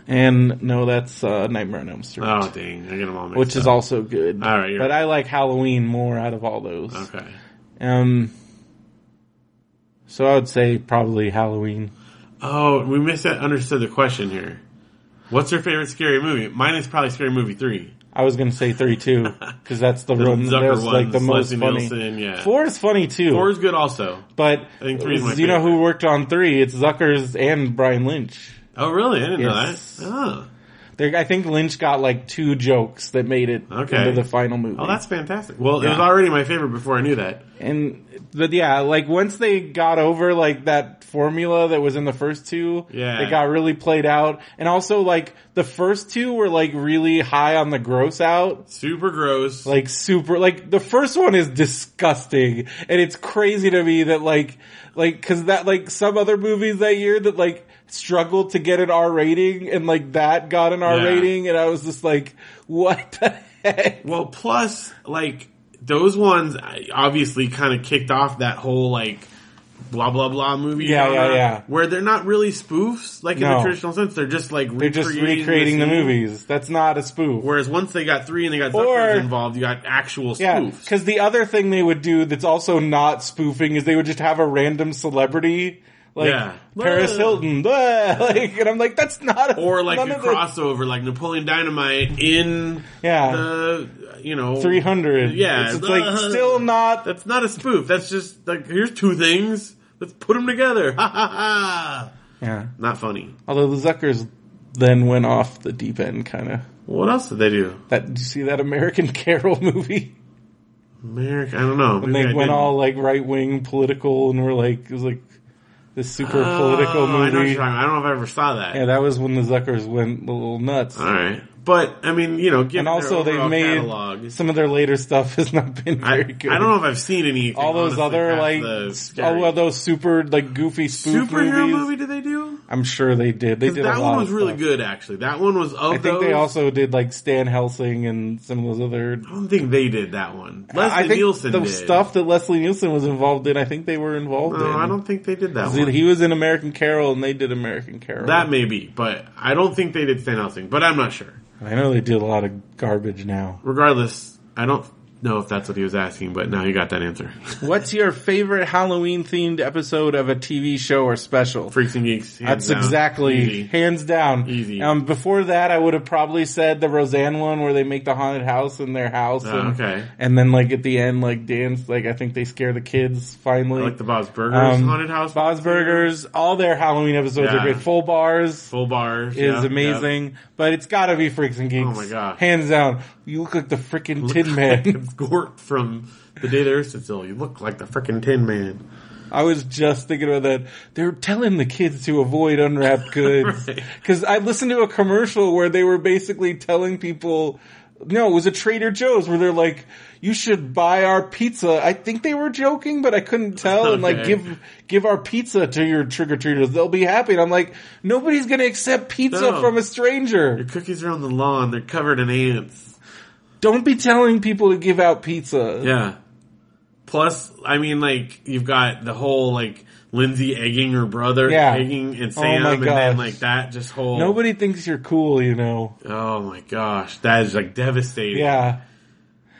B: and no, that's uh, Nightmare on Elm Street,
C: Oh dang, I Oh, get them all mixed
B: which is
C: up.
B: also good.
C: All right, you're
B: but
C: right.
B: I like Halloween more out of all those.
C: okay.
B: Um, so I would say probably Halloween.
C: Oh, we missed that. Understood the question here. What's your favorite scary movie? Mine is probably Scary Movie Three.
B: I was gonna say 32 because that's the,
C: The
B: one
C: Zucker
B: that's like the
C: ones,
B: most
C: Leslie
B: funny.
C: Nielsen, yeah.
B: Four is funny too,
C: Four is good also.
B: but
C: I think three is my
B: you know
C: favorite.
B: who worked on three? It's Zucker's and Brian Lynch.
C: Oh really? I didn't
B: Yes.
C: know that. Oh,
B: They're, I think Lynch got like two jokes that made it
C: Okay.
B: into the final movie.
C: oh, that's fantastic. Well, it
B: Yeah.
C: was already my favorite before I knew that.
B: and but yeah, like once they got over like that formula that was in the first two,
C: Yeah.
B: it got really played out. And also like the first two were like really high on the gross out,
C: Super gross.
B: like super like the first one is disgusting and it's crazy to me that like like cuz that like some other movies that year that like struggled to get an R rating and like that got an R
C: Yeah.
B: rating and I was just like what the heck
C: well, plus like those ones I- obviously kind of kicked off that whole like blah blah blah movie.
B: Yeah, yeah,
C: genre,
B: yeah.
C: Where they're not really spoofs like in
B: No.
C: the traditional sense. They're just like
B: they're just recreating the,
C: scene.
B: movies that's not a spoof
C: Whereas once they got three and they got Zucker's
B: Or-
C: involved, you got actual
B: yeah,
C: spoofs.
B: because the other thing they would do that's also not spoofing is they would just have a random celebrity, like
C: Yeah.
B: Paris
C: Blah.
B: Hilton, blah, like, and I'm like, that's not a,
C: or like
B: none
C: a
B: of the-
C: crossover, like Napoleon Dynamite in
B: Yeah.
C: the you know
B: 300.
C: Yeah,
B: It's, it's like still not.
C: That's not a spoof. That's just like here's two things. Let's put them together. Ha ha ha!
B: Yeah.
C: Not funny.
B: Although the Zuckers then went off the deep end, kind of.
C: What else did they do?
B: That did you see that American Carol movie?
C: America. I don't know.
B: And
C: Maybe
B: they
C: I
B: went
C: didn't.
B: all like right wing political and were like, it was like this super political
C: Oh, I know what
B: movie.
C: you're talking about. I don't know if I ever saw that.
B: Yeah, that was when the Zuckers went a little nuts.
C: All right, but I mean, you know, given
B: and also
C: their
B: they've
C: overall
B: made
C: catalog,
B: some of their later stuff has not been
C: I, I
B: very
C: don't
B: good.
C: know if I've seen any.
B: all those other like all of those super like goofy spoof
C: superhero
B: movies.
C: movie did they do?
B: I'm sure they did. They
C: 'Cause
B: did.
C: that
B: a lot
C: one
B: of
C: was really
B: stuff.
C: good, actually. That one was of
B: I think
C: those.
B: they also did like Stan Helsing and some of those other.
C: I don't think they did that one. Leslie
B: I think
C: Nielsen
B: the
C: did.
B: stuff that Leslie Nielsen was involved in. I think they were involved
C: No,
B: in.
C: I don't think they did that
B: See,
C: one.
B: He was in American Carol, and they did American Carol.
C: That may be, but I don't think they did Stan Helsing. But I'm not sure.
B: I know they did a lot of garbage now.
C: Regardless, I don't know if that's what he was asking, but now you got that answer.
B: What's your favorite Halloween themed episode of a TV show or special?
C: Freaks and geeks. hands
B: That's
C: down.
B: exactly
C: Easy.
B: hands down.
C: Easy.
B: Um, before that, I would have probably said the Roseanne one where they make the haunted house in their house.
C: Oh,
B: and,
C: okay.
B: And then like at the end, like dance, like I think they scare the kids
C: I
B: finally.
C: like the Bob's Burgers
B: Um,
C: haunted house.
B: Bob's Burgers, all their Halloween episodes
C: Yeah.
B: are great. Full bars
C: full bars
B: is
C: yeah,
B: amazing, but it's gotta be Freaks and Geeks.
C: Oh my God.
B: Hands down. You look like the freaking
C: yeah.
B: Tin Man.
C: Gort from the day the Earth Stood Still. You look like the freaking Tin Man.
B: I was just thinking about that. They're telling the kids to avoid unwrapped goods.
C: Right.
B: Cause I listened to a commercial where they were basically telling people, no, it was a Trader Joe's where they're like, you should buy our pizza. I think they were joking, but I couldn't tell. And like,
C: Okay.
B: give, give our pizza to your trick-or-treaters. They'll be happy. And I'm like, nobody's going to accept pizza
C: No.
B: from a stranger.
C: Your cookies are on the lawn. They're covered in ants.
B: Don't be telling people to give out pizza.
C: Yeah. Plus, I mean, like you've got the whole like Lindsay egging her brother,
B: Yeah.
C: egging and
B: Oh
C: Sam,
B: my
C: and then
B: gosh.
C: like that just whole.
B: Nobody thinks you're cool, you know.
C: Oh my gosh, that is like devastating.
B: Yeah.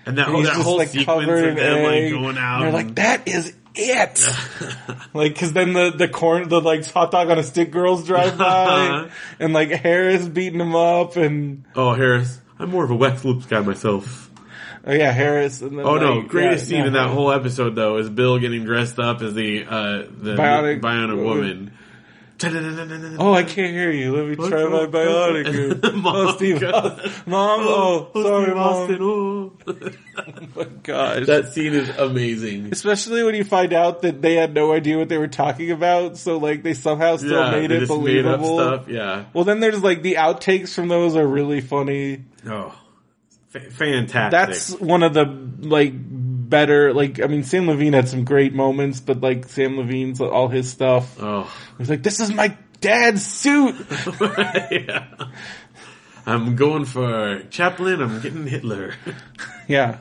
C: And that,
B: And
C: whole Oh,
B: he's
C: that
B: just
C: whole
B: like
C: sequence
B: covered
C: of
B: in
C: them like
B: egg.
C: going out.
B: And you're like, that is it. like, cause then the, the corn, the like hot dog on a stick girls drive
C: Uh-huh.
B: by and like Harris beating him up and,
C: oh Harris, I'm more of a West Loops guy myself.
B: oh yeah, Harris. And then,
C: Oh no!
B: like,
C: Greatest
B: yeah,
C: scene in
B: yeah.
C: that whole episode though is Bill getting dressed up as the uh, the bionic,
B: Bionic
C: bionic woman.
B: woman. Oh, I can't hear you. Let me try my bionic.
C: Mom
B: oh, Steve.
C: goes,
B: Mom, oh,
C: oh,
B: sorry,
C: Steve Austin,
B: mom.
C: oh.
B: Oh, gosh.
C: that scene is amazing.
B: Especially when you find out that they had no idea what they were talking about, so like they somehow still
C: yeah,
B: made
C: they
B: it
C: just made up
B: believable.
C: stuff. Yeah.
B: Well, then there's like the outtakes from those are really funny.
C: Oh, fa- fantastic.
B: That's one of the like better. Like, I mean, Sam Levine had some great moments, but like Sam Levine's all his stuff.
C: oh.
B: He's like, "This is my dad's suit."
C: yeah. I'm going for Chaplin. I'm getting Hitler.
B: yeah.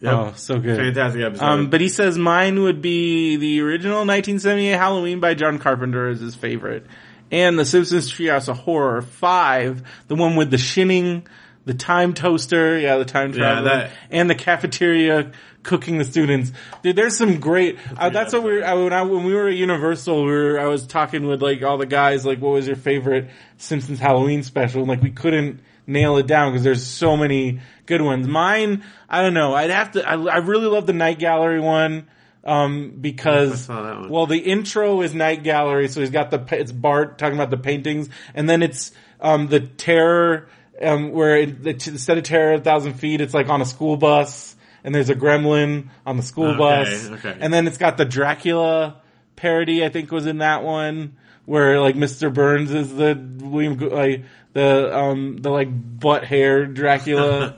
C: Yep.
B: Oh, so good.
C: Fantastic episode.
B: Um, but he says mine would be the original 1978 Halloween by John Carpenter is his favorite, and The Simpsons Treehouse of Horror five, the one with the shinning, the time toaster, yeah, the time travel,
C: that-
B: and the cafeteria cooking the students. Dude, there's some great. Uh, that's what we were I, when I when we were at Universal. We were I was talking with like all the guys like, what was your favorite Simpsons Halloween special? And, like we couldn't nail it down because there's so many good ones. Mine, I don't know. I'd have to. I, I really love the Night Gallery one um, because
C: I saw that one.
B: well, the intro is Night Gallery, so he's got the pa- it's Bart talking about the paintings, and then it's um, the terror um, where it, the, instead of terror a thousand feet, it's like on a school bus, and there's a gremlin on the school
C: Okay,
B: bus,
C: okay.
B: and then it's got the Dracula parody. I think was in that one where like Mr. Burns is the William Go- like the um the like butt hair Dracula.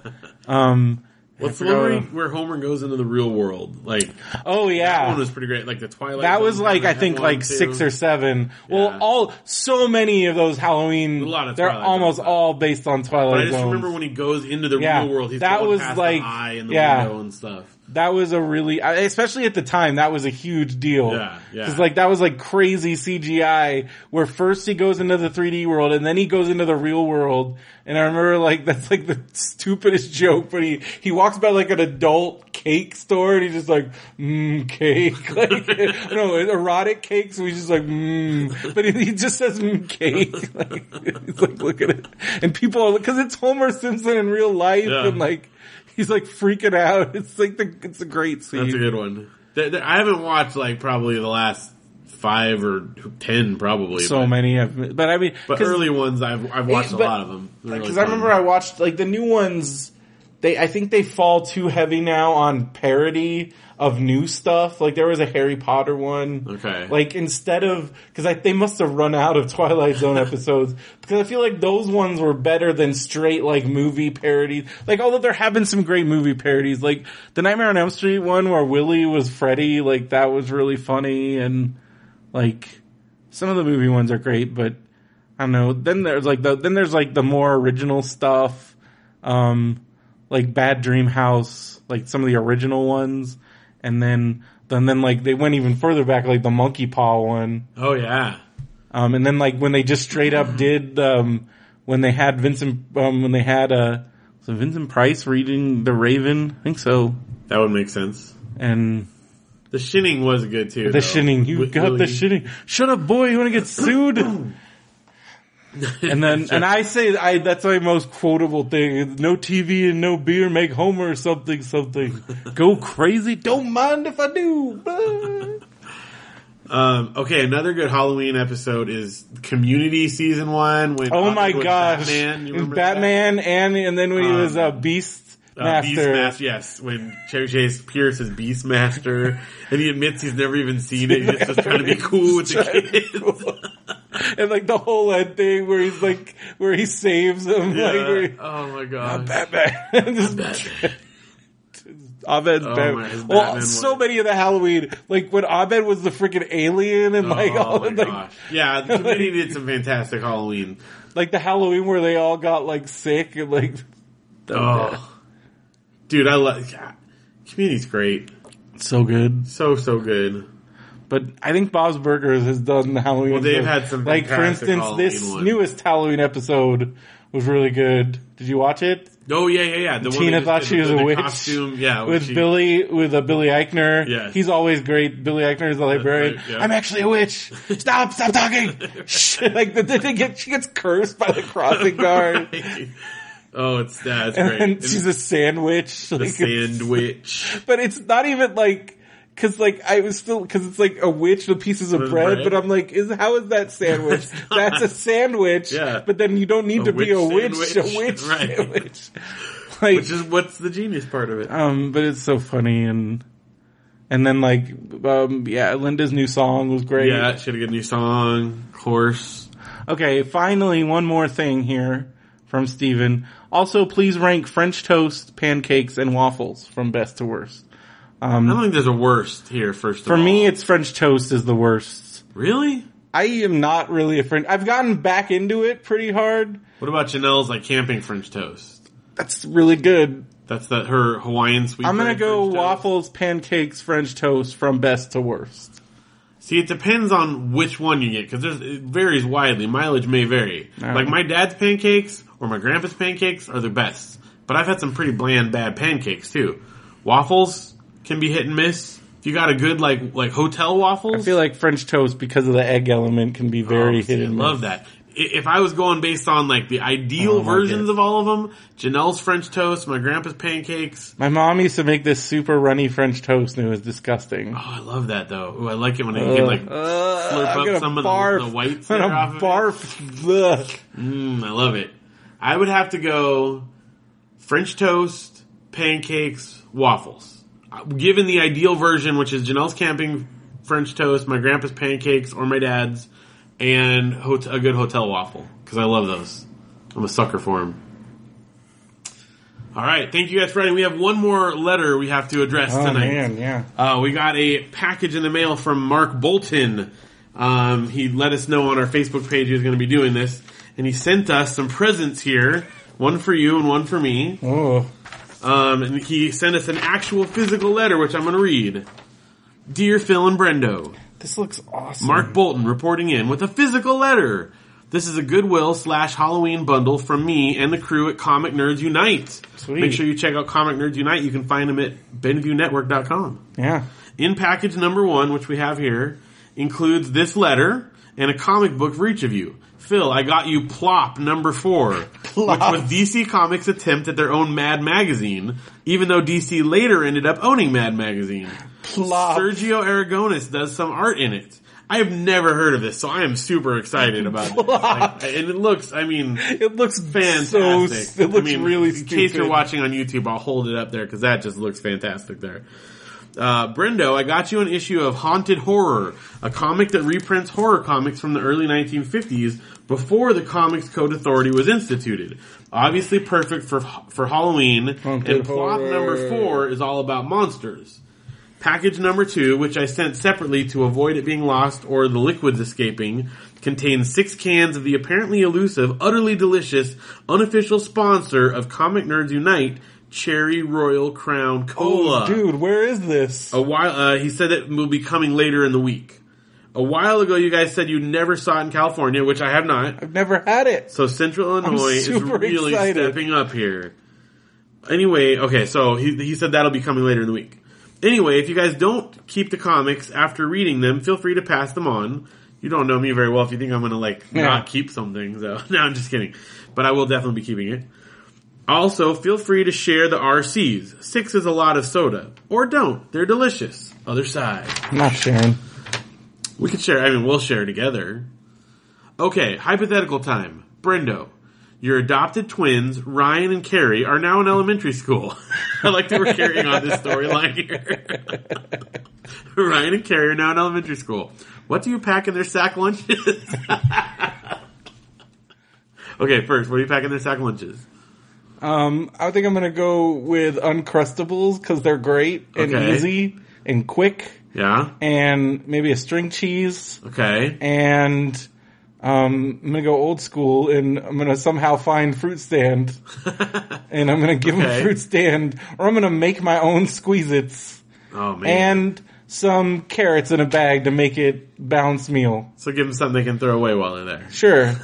B: um,
C: What's the
B: forgot
C: one where,
B: what-
C: he- where Homer goes into the real world? Like
B: oh yeah,
C: that one was pretty great. Like the Twilight.
B: That
C: Zone
B: was like
C: kinda
B: I
C: had
B: think
C: one,
B: like
C: too.
B: six or seven. Well,
C: Yeah.
B: all so many of those Halloween,
C: lot of
B: they're
C: Twilight
B: almost
C: Zone.
B: all based on
C: But I
B: Twilight
C: just
B: Zone.
C: remember when he goes into the
B: Yeah,
C: real world. He's
B: that
C: going
B: was
C: past
B: like-
C: the eye and the
B: yeah.
C: window and stuff.
B: that was a really, I- especially at the time, that was a huge deal.
C: Yeah, yeah.
B: Cause like that was like crazy CGI where first he goes into the 3D world and then he goes into the real world. And I remember like that's like the stupidest joke, but he, he walks by like an adult cake store and he's just like, mmm, cake. Like, no, erotic cake. So he's just like, mmm, but he, he just says mmm, cake. Like, he's like, look at it. And people are, cause it's Homer Simpson in real life
C: Yeah.
B: and like, He's like freaking out. It's like the it's a great scene.
C: That's a good one. There- there- I haven't watched like probably the last five or ten probably.
B: so
C: but,
B: many of them. But I mean,
C: but early ones I've I've watched
B: but-
C: a lot of them. They're really
B: because I
C: fun.
B: remember I watched like the new ones they I think they fall too heavy now on parody of new stuff. Like there was a Harry Potter one.
C: Okay.
B: Like instead of because I they must have run out of Twilight Zone episodes because I feel like those ones were better than straight like movie parodies. Like although there have been some great movie parodies, like the Nightmare on Elm Street one where Willie was Freddy, like that was really funny and like some of the movie ones are great, but I don't know. Then there's like the then there's like the more original stuff, um, like Bad Dream House, like some of the original ones, and then then then like they went even further back, like the Monkey Paw one,
C: Oh yeah.
B: um, and then like when they just straight up did um, when they had Vincent um, when they had uh, was it Vincent Price reading The Raven, I think so,
C: That would make sense.
B: and
C: The shinning was good too.
B: The
C: though.
B: shitting. You
C: With
B: got the
C: Willie.
B: shitting. Shut up, boy. You want to get sued? and then, and I say, I, that's my most quotable thing. is, No TV and no beer make Homer something, something. Go crazy. Don't mind if I do.
C: Um, okay, another good Halloween episode is Community season one. When
B: oh my
C: with
B: gosh.
C: Batman, you
B: It was
C: remember that?
B: Batman and, and then when he was a beast
C: Uh,
B: master.
C: Beastmaster, yes. When Chevy Chase Pierce is Beastmaster, and he admits he's never even seen it, he just was trying to be cool with the kids.
B: And like the whole end thing where he's like, where he saves him. Like, where
C: yeah.
B: he-
C: Oh my god.
B: Batman. Just- Abed's
C: Oh,
B: Batman.
C: my, his
B: well,
C: Batman
B: so
C: was-
B: many of the Halloween, like when Abed was the freaking alien, and like all
C: oh my
B: like,
C: gosh. Yeah, the community did some fantastic Halloween.
B: like the Halloween where they all got like sick and like.
C: Oh. Dude, I love, community's great.
B: So good,
C: So, so good.
B: but I think Bob's Burgers has done the Halloween.
C: Well, they've
B: episode.
C: had some
B: like, for
C: fantastic
B: instance,
C: Halloween
B: this
C: ones.
B: newest Halloween episode was really good. Did you watch it?
C: Oh yeah, yeah, yeah. The
B: Tina
C: they
B: thought
C: just
B: she
C: did
B: was
C: with
B: a
C: the
B: witch.
C: Costume, yeah. when
B: with
C: she-
B: Billy, with a Billy Eichner.
C: Oh, Yes.
B: He's always great. Billy Eichner is the librarian.
C: right, yeah.
B: I'm actually a witch. Stop, stop talking. Shh. like the, they get, she gets cursed by the crossing guard.
C: Right. Oh, it's that's great.
B: And then
C: And
B: she's a sandwich.
C: the
B: Like,
C: sandwich.
B: but it's not even like, cause like I was still, cause it's like a witch with pieces of
C: With
B: bread,
C: bread.
B: but I'm like, is, how is that sandwich?
C: It's not.
B: That's a sandwich.
C: Yeah.
B: But then you don't need
C: A
B: to be a
C: witch
B: witch,
C: sandwich.
B: a witch
C: Right.
B: sandwich. Like,
C: Which is what's the genius part of it.
B: Um, but it's so funny and and then like um yeah, Linda's new song was great.
C: Yeah, she had a good new song, of course.
B: Okay, finally one more thing here from Steven. Also please rank French toast, pancakes, and waffles from best to worst.
C: I don't think there's a worst here. First of
B: Um, For
C: all,
B: me it's French toast is the worst.
C: really.
B: I am not really a French I've gotten back into it pretty hard.
C: What about Janelle's like camping French toast?
B: That's really good.
C: That's that her Hawaiian sweet.
B: I'm gonna
C: bread
B: go
C: French toast?
B: waffles, pancakes, French toast from best to worst.
C: See, it depends on which one you get because there's it varies widely. Mileage may vary. Like my dad's pancakes or my grandpa's pancakes are the best, but I've had some pretty bland, bad pancakes too. Waffles can be hit and miss. If you got a good like like hotel waffles,
B: I feel like French toast because of the egg element can be very
C: Oh, see,
B: hidden.
C: I love that. I- If I was going based on like the ideal
B: like
C: versions
B: it.
C: of all of them, Janelle's French toast, my grandpa's pancakes.
B: My mom used to make this super runny French toast and it was disgusting.
C: Oh, I love that though. Ooh, I like it when I can like slurp
B: I'm
C: up
B: gonna
C: some
B: barf.
C: of the, the whites
B: I'm
C: that are
B: gonna
C: off of it.
B: barf. Ugh.
C: Mm, I love it. I would have to go French toast, pancakes, waffles. Uh, Given the ideal version, which is Janelle's camping French toast, my grandpa's pancakes, or my dad's, and hot- a good hotel waffle because I love those. I'm a sucker for them. All right, thank you guys for writing. We have one more letter we have to address
B: Oh
C: tonight.
B: man, yeah.
C: Uh, we got a package in the mail from Mark Bolton. Um, he let us know on our Facebook page he was going to be doing this, and he sent us some presents here. One for you and one for me.
B: Oh,
C: Um, and he sent us an actual physical letter, which I'm going to read. Dear Phil and Brendo,
B: this looks awesome.
C: Mark Bolton reporting in with a physical letter. This is a Goodwill slash Halloween bundle from me and the crew at Comic Nerds Unite.
B: Sweet.
C: Make sure you check out Comic Nerds Unite. You can find them at BenviewNetwork.com.
B: Yeah.
C: In package number one, which we have here, includes this letter and a comic book for each of you. Phil, I got you Plop number four, which was DC Comics' attempt at their own Mad Magazine, even though DC later ended up owning Mad Magazine.
B: Plop.
C: Sergio Aragonis does some art in it. I have never heard of this, so I am super excited about it. Like, and it looks, I mean,
B: It looks
C: fantastic.
B: So, it looks
C: I mean,
B: really
C: in
B: stupid.
C: case you're watching on YouTube, I'll hold it up there because that just looks fantastic there. Uh, Brendo, I got you an issue of Haunted Horror, a comic that reprints horror comics from the early 1950s before the Comics Code Authority was instituted. Obviously perfect for, for Halloween,
B: Haunted
C: and plot
B: horror.
C: number four is all about monsters. Package number two, which I sent separately to avoid it being lost or the liquids escaping, contains six cans of the apparently elusive, utterly delicious, unofficial sponsor of Comic Nerds Unite, Cherry Royal Crown Cola.
B: Oh, Dude, where is this?
C: A while, uh, he said that will be coming later in the week. A while ago, you guys said you never saw it in California, which I have not.
B: I've never had it.
C: So Central Illinois is
B: super
C: really
B: excited.
C: stepping up here. Anyway, okay, so he, he said that'll be coming later in the week. Anyway, if you guys don't keep the comics after reading them, feel free to pass them on. You don't know me very well if you think I'm gonna like
B: Yeah.
C: not keep something, so no, I'm just kidding. But I will definitely be keeping it. Also, feel free to share the RCs. Six is a lot of soda. Or don't. They're delicious. Other side.
B: Not Sharon.
C: We could share. I mean, we'll share together. Okay, hypothetical time. Brendo, your adopted twins, Ryan and Carrie, are now in elementary school. I like that we're carrying on this storyline here. Ryan and Carrie are now in elementary school. What do you pack in their sack lunches? okay, first, what do you pack in their sack lunches?
B: Um, I think I'm gonna go with Uncrustables because they're great and
C: Okay.
B: easy and quick,
C: Yeah?
B: and maybe a string cheese.
C: Okay.
B: And um, I'm gonna go old school, and I'm gonna somehow find fruit stand, and I'm gonna give
C: Okay.
B: them fruit stand, or I'm gonna make my own squeezits
C: Oh, man.
B: and some carrots in a bag to make it balanced meal.
C: so give them something they can throw away while they're there.
B: Sure.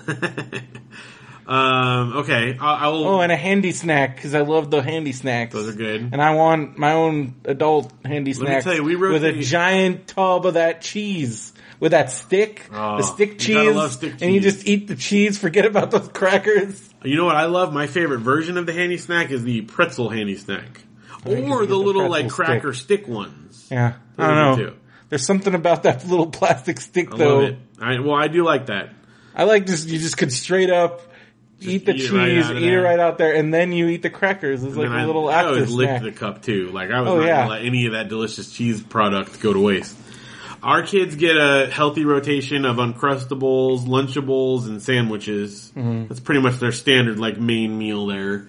C: Um, okay. I, I will.
B: Oh, and a handy snack because I love the handy snacks.
C: Those are good.
B: And I want my own adult handy
C: me
B: snacks
C: tell you, we
B: with a
C: rotate-
B: giant tub of that cheese with that stick,
C: Oh,
B: the stick cheese,
C: you gotta love stick
B: and you
C: cheese.
B: just eat the cheese, forget about those crackers.
C: You know what I love? My favorite version of the handy snack is the pretzel handy snack.
B: you
C: Or
B: get
C: the
B: the
C: little like
B: pretzel
C: cracker stick, ones.
B: Yeah, I
C: Those are
B: don't
C: good
B: know.
C: too.
B: There's something about that little plastic stick
C: I
B: though.
C: love it. I, well, I do like that.
B: I like just you just could straight up. Eat the
C: eat it
B: cheese,
C: right out of
B: eat it
C: there.
B: right out there, and then you eat the crackers. It's like
C: and
B: a
C: I,
B: little
C: I
B: after
C: always licked
B: snack.
C: the cup too. Like I was
B: Oh,
C: not
B: yeah.
C: gonna let any of that delicious cheese product go to waste. Our kids get a healthy rotation of uncrustables, lunchables, and sandwiches.
B: Mm-hmm.
C: That's pretty much their standard like main meal there.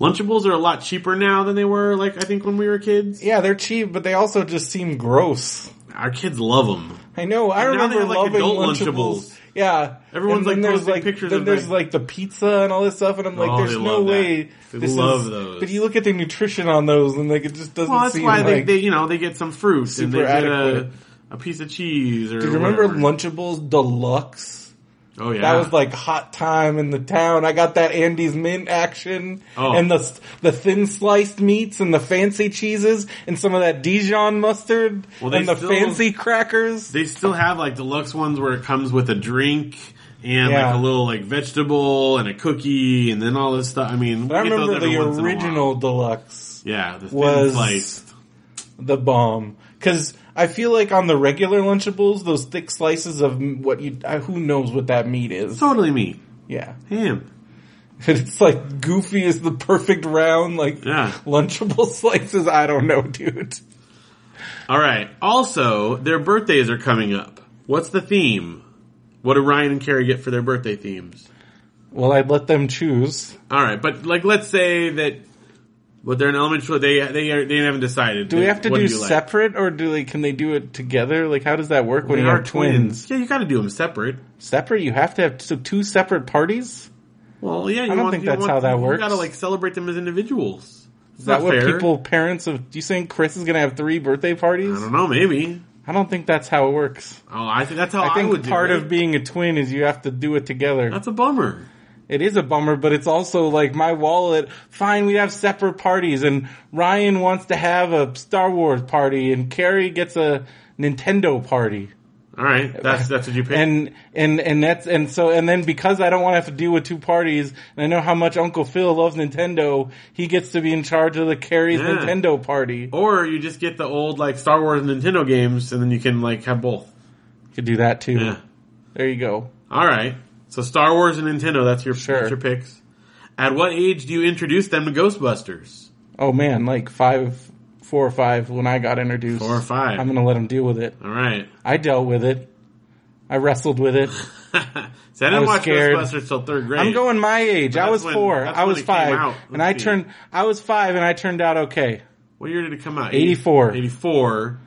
C: Lunchables are a lot cheaper now than they were like I think when we were kids.
B: yeah, they're cheap, but they also just seem gross.
C: Our kids love them.
B: I know. I
C: And now they
B: remember
C: have, like,
B: loving
C: adult
B: Lunchables.
C: Lunchables.
B: Yeah,
C: Everyone's, like,
B: And then there's
C: posting
B: like
C: pictures
B: then
C: of,
B: there's
C: like-
B: like the pizza and all this stuff, and I'm like,
C: Oh,
B: there's
C: they
B: no
C: love that.
B: way.
C: They
B: this
C: love
B: is,
C: those.
B: But you look at the nutrition on those, and like it just doesn't
C: Well, that's
B: seem
C: why
B: like.
C: they, they, you know, they get some fruit and they
B: super
C: get a,
B: adequate.
C: a piece of cheese or.
B: Do you remember
C: whatever.
B: Lunchables Deluxe?
C: Oh yeah,
B: That was like hot time in the town. I got that Andy's mint action
C: Oh.
B: and the the thin sliced meats and the fancy cheeses and some of that Dijon mustard
C: Well, they
B: and the
C: still-
B: fancy crackers.
C: They still have like deluxe ones where it comes with a drink and
B: Yeah.
C: like a little like vegetable and a cookie and then all this stuff. I mean,
B: But I
C: we get those
B: remember
C: every
B: the
C: once in a while.
B: original Deluxe.
C: Yeah, the thin
B: was
C: sliced.
B: the bomb. Because I feel like on the regular Lunchables, those thick slices of m- what you I- who knows what that meat is.
C: Totally me.
B: Yeah,
C: Ham.
B: it's like goofy is the perfect round like
C: Yeah.
B: Lunchable slices. I don't know, dude.
C: All right. Also, their birthdays are coming up. What's the theme? What do Ryan and Carrie get for their birthday themes?
B: Well, I'd let them choose.
C: All right, but like, let's say that, but they're in elementary school. They they are, they haven't decided.
B: Do we have to
C: What
B: do
C: you like?
B: separate, or do they can they do it together? Like, how does that work when
C: They
B: you
C: are
B: have twins?
C: Yeah, you got to do them separate.
B: Separate? You have to have so two separate parties.
C: Well, yeah. You
B: I don't
C: want,
B: think
C: you
B: that's
C: want-
B: how that
C: You got
B: works.
C: to like celebrate them as individuals. It's
B: Is that
C: not
B: what
C: fair.
B: people, parents of, you saying Chris is gonna have three birthday parties?
C: I don't know. Maybe.
B: I don't think that's how it works.
C: Oh, I think that's how I,
B: I think
C: would do
B: part
C: it.
B: of being a twin is you have to do it together.
C: That's a bummer.
B: It is a bummer, but it's also like my wallet. Fine, we have separate parties, and Ryan wants to have a Star Wars party, and Carrie gets a Nintendo party,
C: All right, that's that's what you pick.
B: and and and that's and so and then because I don't want to have to deal with two parties, and I know how much Uncle Phil loves Nintendo, he gets to be in charge of the Carrie's
C: Yeah.
B: Nintendo party.
C: or you just get the old like Star Wars and Nintendo games, and then you can like have both.
B: Could do that too.
C: Yeah.
B: There you go.
C: All right. So Star Wars and Nintendo. That's your
B: Sure.
C: that's your picks. At what age do you introduce them to Ghostbusters?
B: Oh man, like five, four or five when I got introduced.
C: Four or five.
B: I'm gonna let him deal with it.
C: All right.
B: I dealt with it. I wrestled with it.
C: See, I didn't
B: was
C: watch
B: scared.
C: Ghostbusters till third grade.
B: I'm going my age. I
C: That's
B: was
C: when-
B: four.
C: that's
B: I
C: when
B: was
C: it came out.
B: five, and I
C: Let's see.
B: turned. I was five, and I turned out okay.
C: What year did it come out?
B: 84.
C: 84.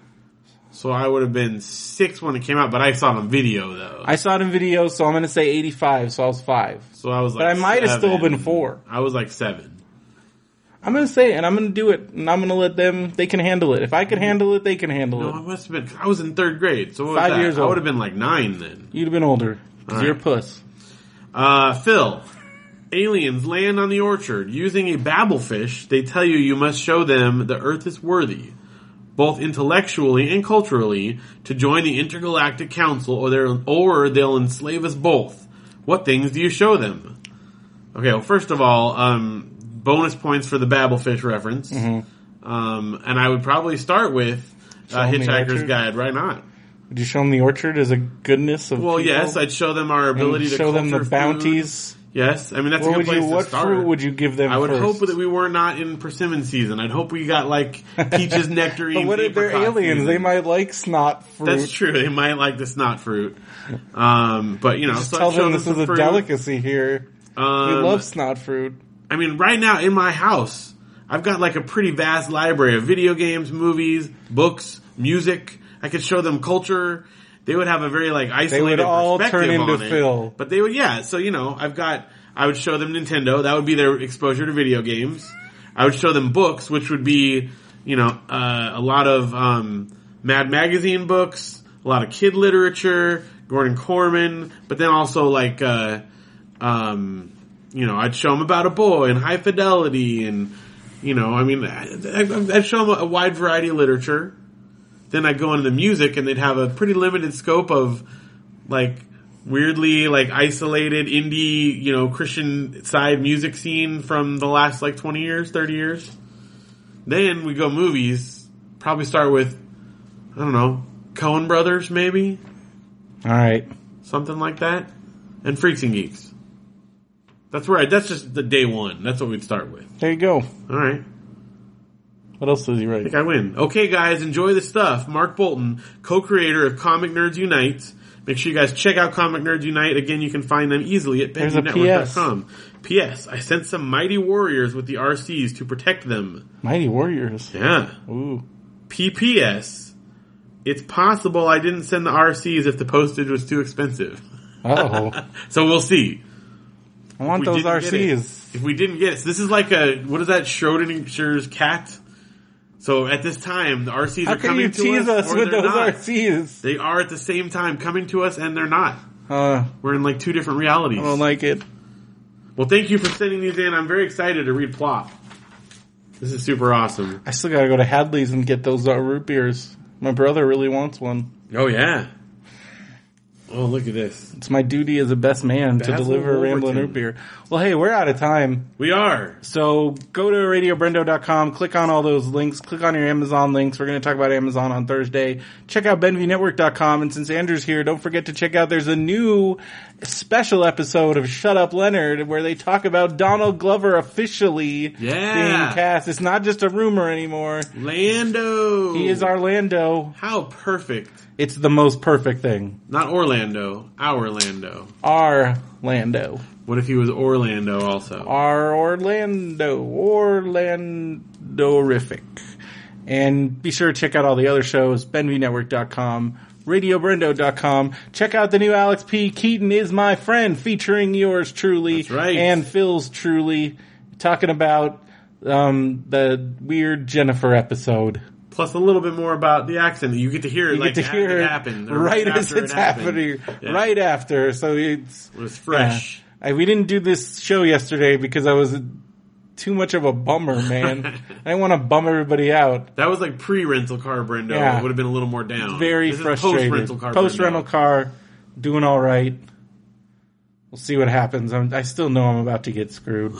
C: So I would have been six when it came out, but I saw it on video though.
B: I saw it in video, so I'm gonna say 85. So I was five.
C: so I was like,
B: But I might have still
C: seven.
B: been four.
C: I was like seven.
B: I'm gonna say, it, and I'm gonna do it, and I'm gonna let them. They can handle it. If I can
C: Mm-hmm.
B: handle it, they can handle
C: No, I
B: it.
C: must have been. 'cause I was in third grade, so what was
B: Five
C: that?
B: years
C: I
B: old.
C: would have been like nine then.
B: You'd have been older because
C: All
B: you're a
C: right.
B: puss.
C: Uh, Phil, aliens land on the orchard using a babblefish. They tell you you must show them the Earth is worthy, both intellectually and culturally, to join the intergalactic council, or they or they'll enslave us both. What things do you show them? Okay, well, first of all, um, bonus points for the babblefish reference, um, and I would probably start with uh,
B: Mm-hmm. Show 'em the
C: Hitchhiker's
B: orchard?
C: Guide. Right not?
B: Would you show them the orchard as a goodness of?
C: Well,
B: people?
C: yes, I'd show them our
B: And
C: ability to
B: show them the
C: culture food.
B: bounties.
C: Yes, I mean that's a good
B: What would
C: place
B: you? What
C: to start.
B: fruit would you give them?
C: I would
B: first?
C: hope that we were not in persimmon season. I'd hope we got like peaches, nectarines.
B: But what if they're
C: apricots
B: aliens?
C: season.
B: They might like snot fruit.
C: That's true. They might like the snot fruit. Um, but you know, so
B: Tell
C: I'd show
B: them this
C: some
B: is a
C: fruit.
B: delicacy here. we
C: Um,
B: love snot fruit.
C: I mean, right now in my house, I've got like a pretty vast library of video games, movies, books, music. I could show them culture. They would have a very like isolated
B: all turn
C: perspective
B: into
C: on it.
B: Phil.
C: But they would, yeah. So you know, I've got. I would show them Nintendo. That would be their exposure to video games. I would show them books, which would be you know uh, a lot of um, Mad Magazine books, a lot of kid literature, Gordon Corman, but then also like. Uh, um, you know, I'd show him about a boy and high fidelity and, you know, I mean, I- I- I'd show him a wide variety of literature. Then I'd go into the music and they'd have a pretty limited scope of like weirdly like isolated indie, you know, Christian side music scene from the last like 20 years, 30 years. Then we go movies, probably start with, I don't know, Cohen Brothers maybe,
B: All right.
C: something like that, and Freaks and Geeks. That's right. That's just the day one. That's what we'd start with.
B: There you go.
C: All right.
B: What else was he
C: I
B: writing?
C: think I win. Okay, guys, enjoy the stuff. Mark Bolton, co-creator of Comic Nerds Unite. Make sure you guys check out Comic Nerds Unite. Again, you can find them easily at
B: There's a
C: BendyNetwork.com. P.S. I sent some mighty warriors with the RCs to protect them.
B: Mighty Warriors.
C: Yeah.
B: Ooh.
C: P.P.S. It's possible I didn't send the RCs if the postage was too expensive.
B: Oh.
C: So we'll see.
B: I want
C: we
B: those
C: didn't get it.
B: RCs.
C: If we didn't get it, so this is like a what is that Schrodinger's cat? So at this time, the RCs
B: How
C: are
B: can
C: coming
B: you
C: to
B: tease
C: us,
B: us,
C: or
B: with
C: they're
B: those
C: not.
B: RCs?
C: They are at the same time coming to us, and they're not.
B: Uh,
C: We're in like two different realities.
B: I don't like it.
C: well, thank you for sending these in. I'm very excited to read Plop. This is super awesome.
B: I still gotta go to Hadley's and get those uh, root beers. My brother really wants one.
C: Oh yeah. Oh look at this.
B: It's my duty as a best man to
C: Basil
B: deliver Ramblin'
C: Wolverton.
B: Root Beer. Well, hey, we're out of time.
C: We are.
B: So go to radiobrendo.com, click on all those links, click on your Amazon links. We're going to talk about Amazon on Thursday. Check out benvnetwork.com. And since Andrew's here, don't forget to check out, there's a new special episode of Shut Up Leonard where they talk about Donald Glover officially
C: Yeah.
B: being cast. It's not just a rumor anymore.
C: Lando.
B: He is Orlando.
C: How perfect.
B: It's the most perfect thing.
C: Not Orlando. Our Lando.
B: Orlando.
C: What if he was Orlando also?
B: are Orlando, Orlandorific. And be sure to check out all the other shows, benvnetwork.com, radiobrendo.com. Check out the new Alex P. Keaton is my friend featuring yours truly
C: That's right.
B: and Phil's truly talking about um, the weird Jennifer episode.
C: Plus a little bit more about the accent. You get to hear it
B: You
C: like
B: get to
C: as
B: hear
C: it
B: it
C: happened. or
B: right as
C: after it
B: it's
C: happened.
B: happening,
C: Yeah.
B: right after. So it's
C: It was fresh.
B: yeah. I, we didn't do this show yesterday because I was too much of a bummer, man. I didn't want to bum everybody out.
C: That was like pre rental car Brendo.
B: Yeah.
C: It would have been a little more down.
B: Very
C: This is
B: frustrated.
C: Post-rental car.
B: Post
C: Brendo.
B: rental car, doing all right. We'll see what happens. I'm, I still know I'm about to get screwed.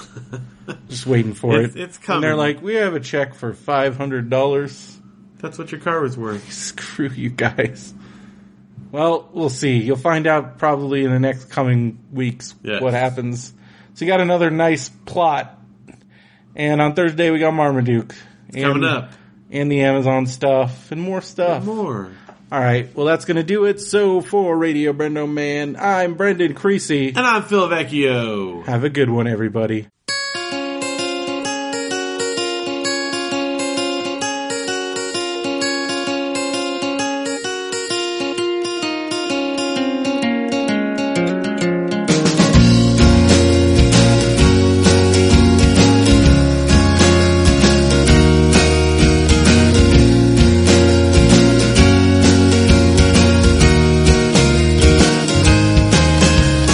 B: Just waiting for
C: It's-
B: it.
C: it's
B: And they're
C: coming.
B: like, we have a check for five hundred dollars.
C: That's what your car was worth.
B: Screw you guys. Well, we'll see. You'll find out probably in the next coming weeks
C: Yes.
B: what happens. So you got another nice plot. And on Thursday we got Marmaduke. and,
C: Coming up.
B: And the Amazon stuff and more stuff.
C: More.
B: All right. Well, that's going to do it. So for Radio Brendo Man, I'm Brendan Creasy.
C: And I'm Phil Vecchio.
B: Have a good one, everybody.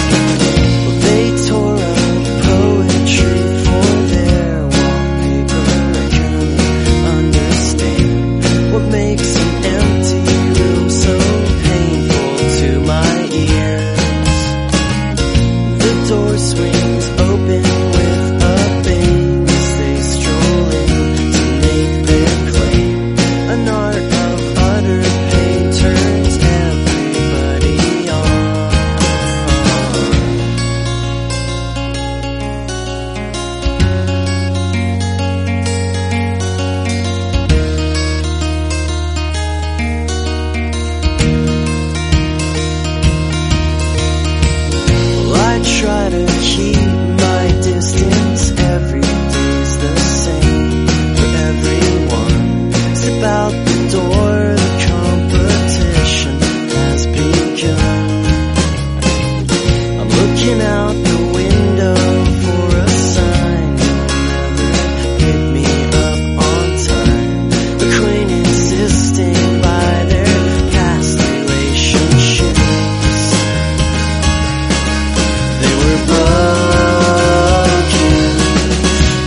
D: They tore up poetry for their wallpaper. I can't understand what makes an empty room so painful to my ears. The door swings open with a bang as they stroll in to make their claim. An art of utter pain turns everybody on. Well, I try to keep my distance. Every day's the same for everyone. Step out the door, the competition has begun. I'm looking out the window for a sign. You'll never pick me up on time. Acquaintances insisting by their past relationships. They were broken,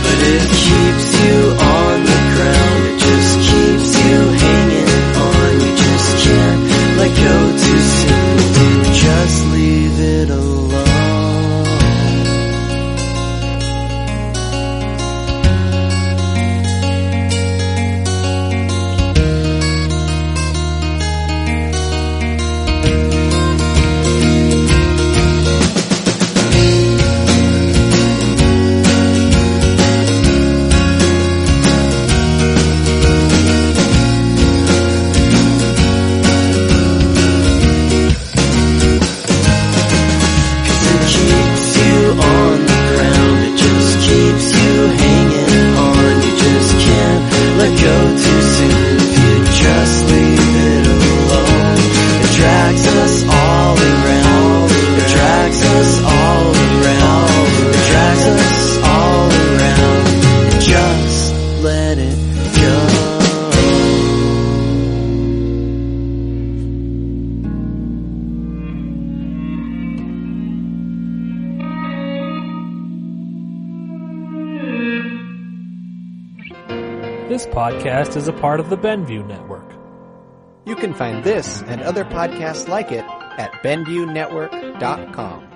D: but it keeps you on the ground. It just keeps you hanging on. You just can't let go too soon. Just leave it alone. It keeps you on the ground. It just keeps you hanging on. You just can't let go too soon. If you just leave it alone, it drags us all around. It drags us all around. It drags us all around. Just let it go.
E: This podcast is a part of the Benview Network.
F: You can find this and other podcasts like it at BenviewNetwork.com.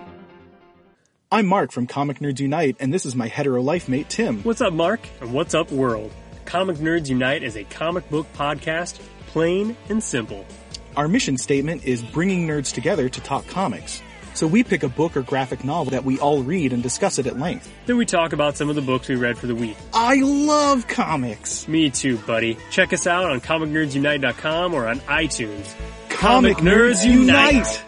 G: I'm Mark from Comic Nerds Unite, and this is my hetero life mate, Tim.
H: What's up, Mark? And what's up, world? Comic Nerds Unite is a comic book podcast, plain and simple.
G: Our mission statement is bringing nerds together to talk comics. So we pick a book or graphic novel that we all read and discuss it at length.
H: Then we talk about some of the books we read for the week.
G: I love comics!
H: Me too, buddy. Check us out on comicnerdsunite.com or on iTunes.
G: Comic, Nerds, Unite.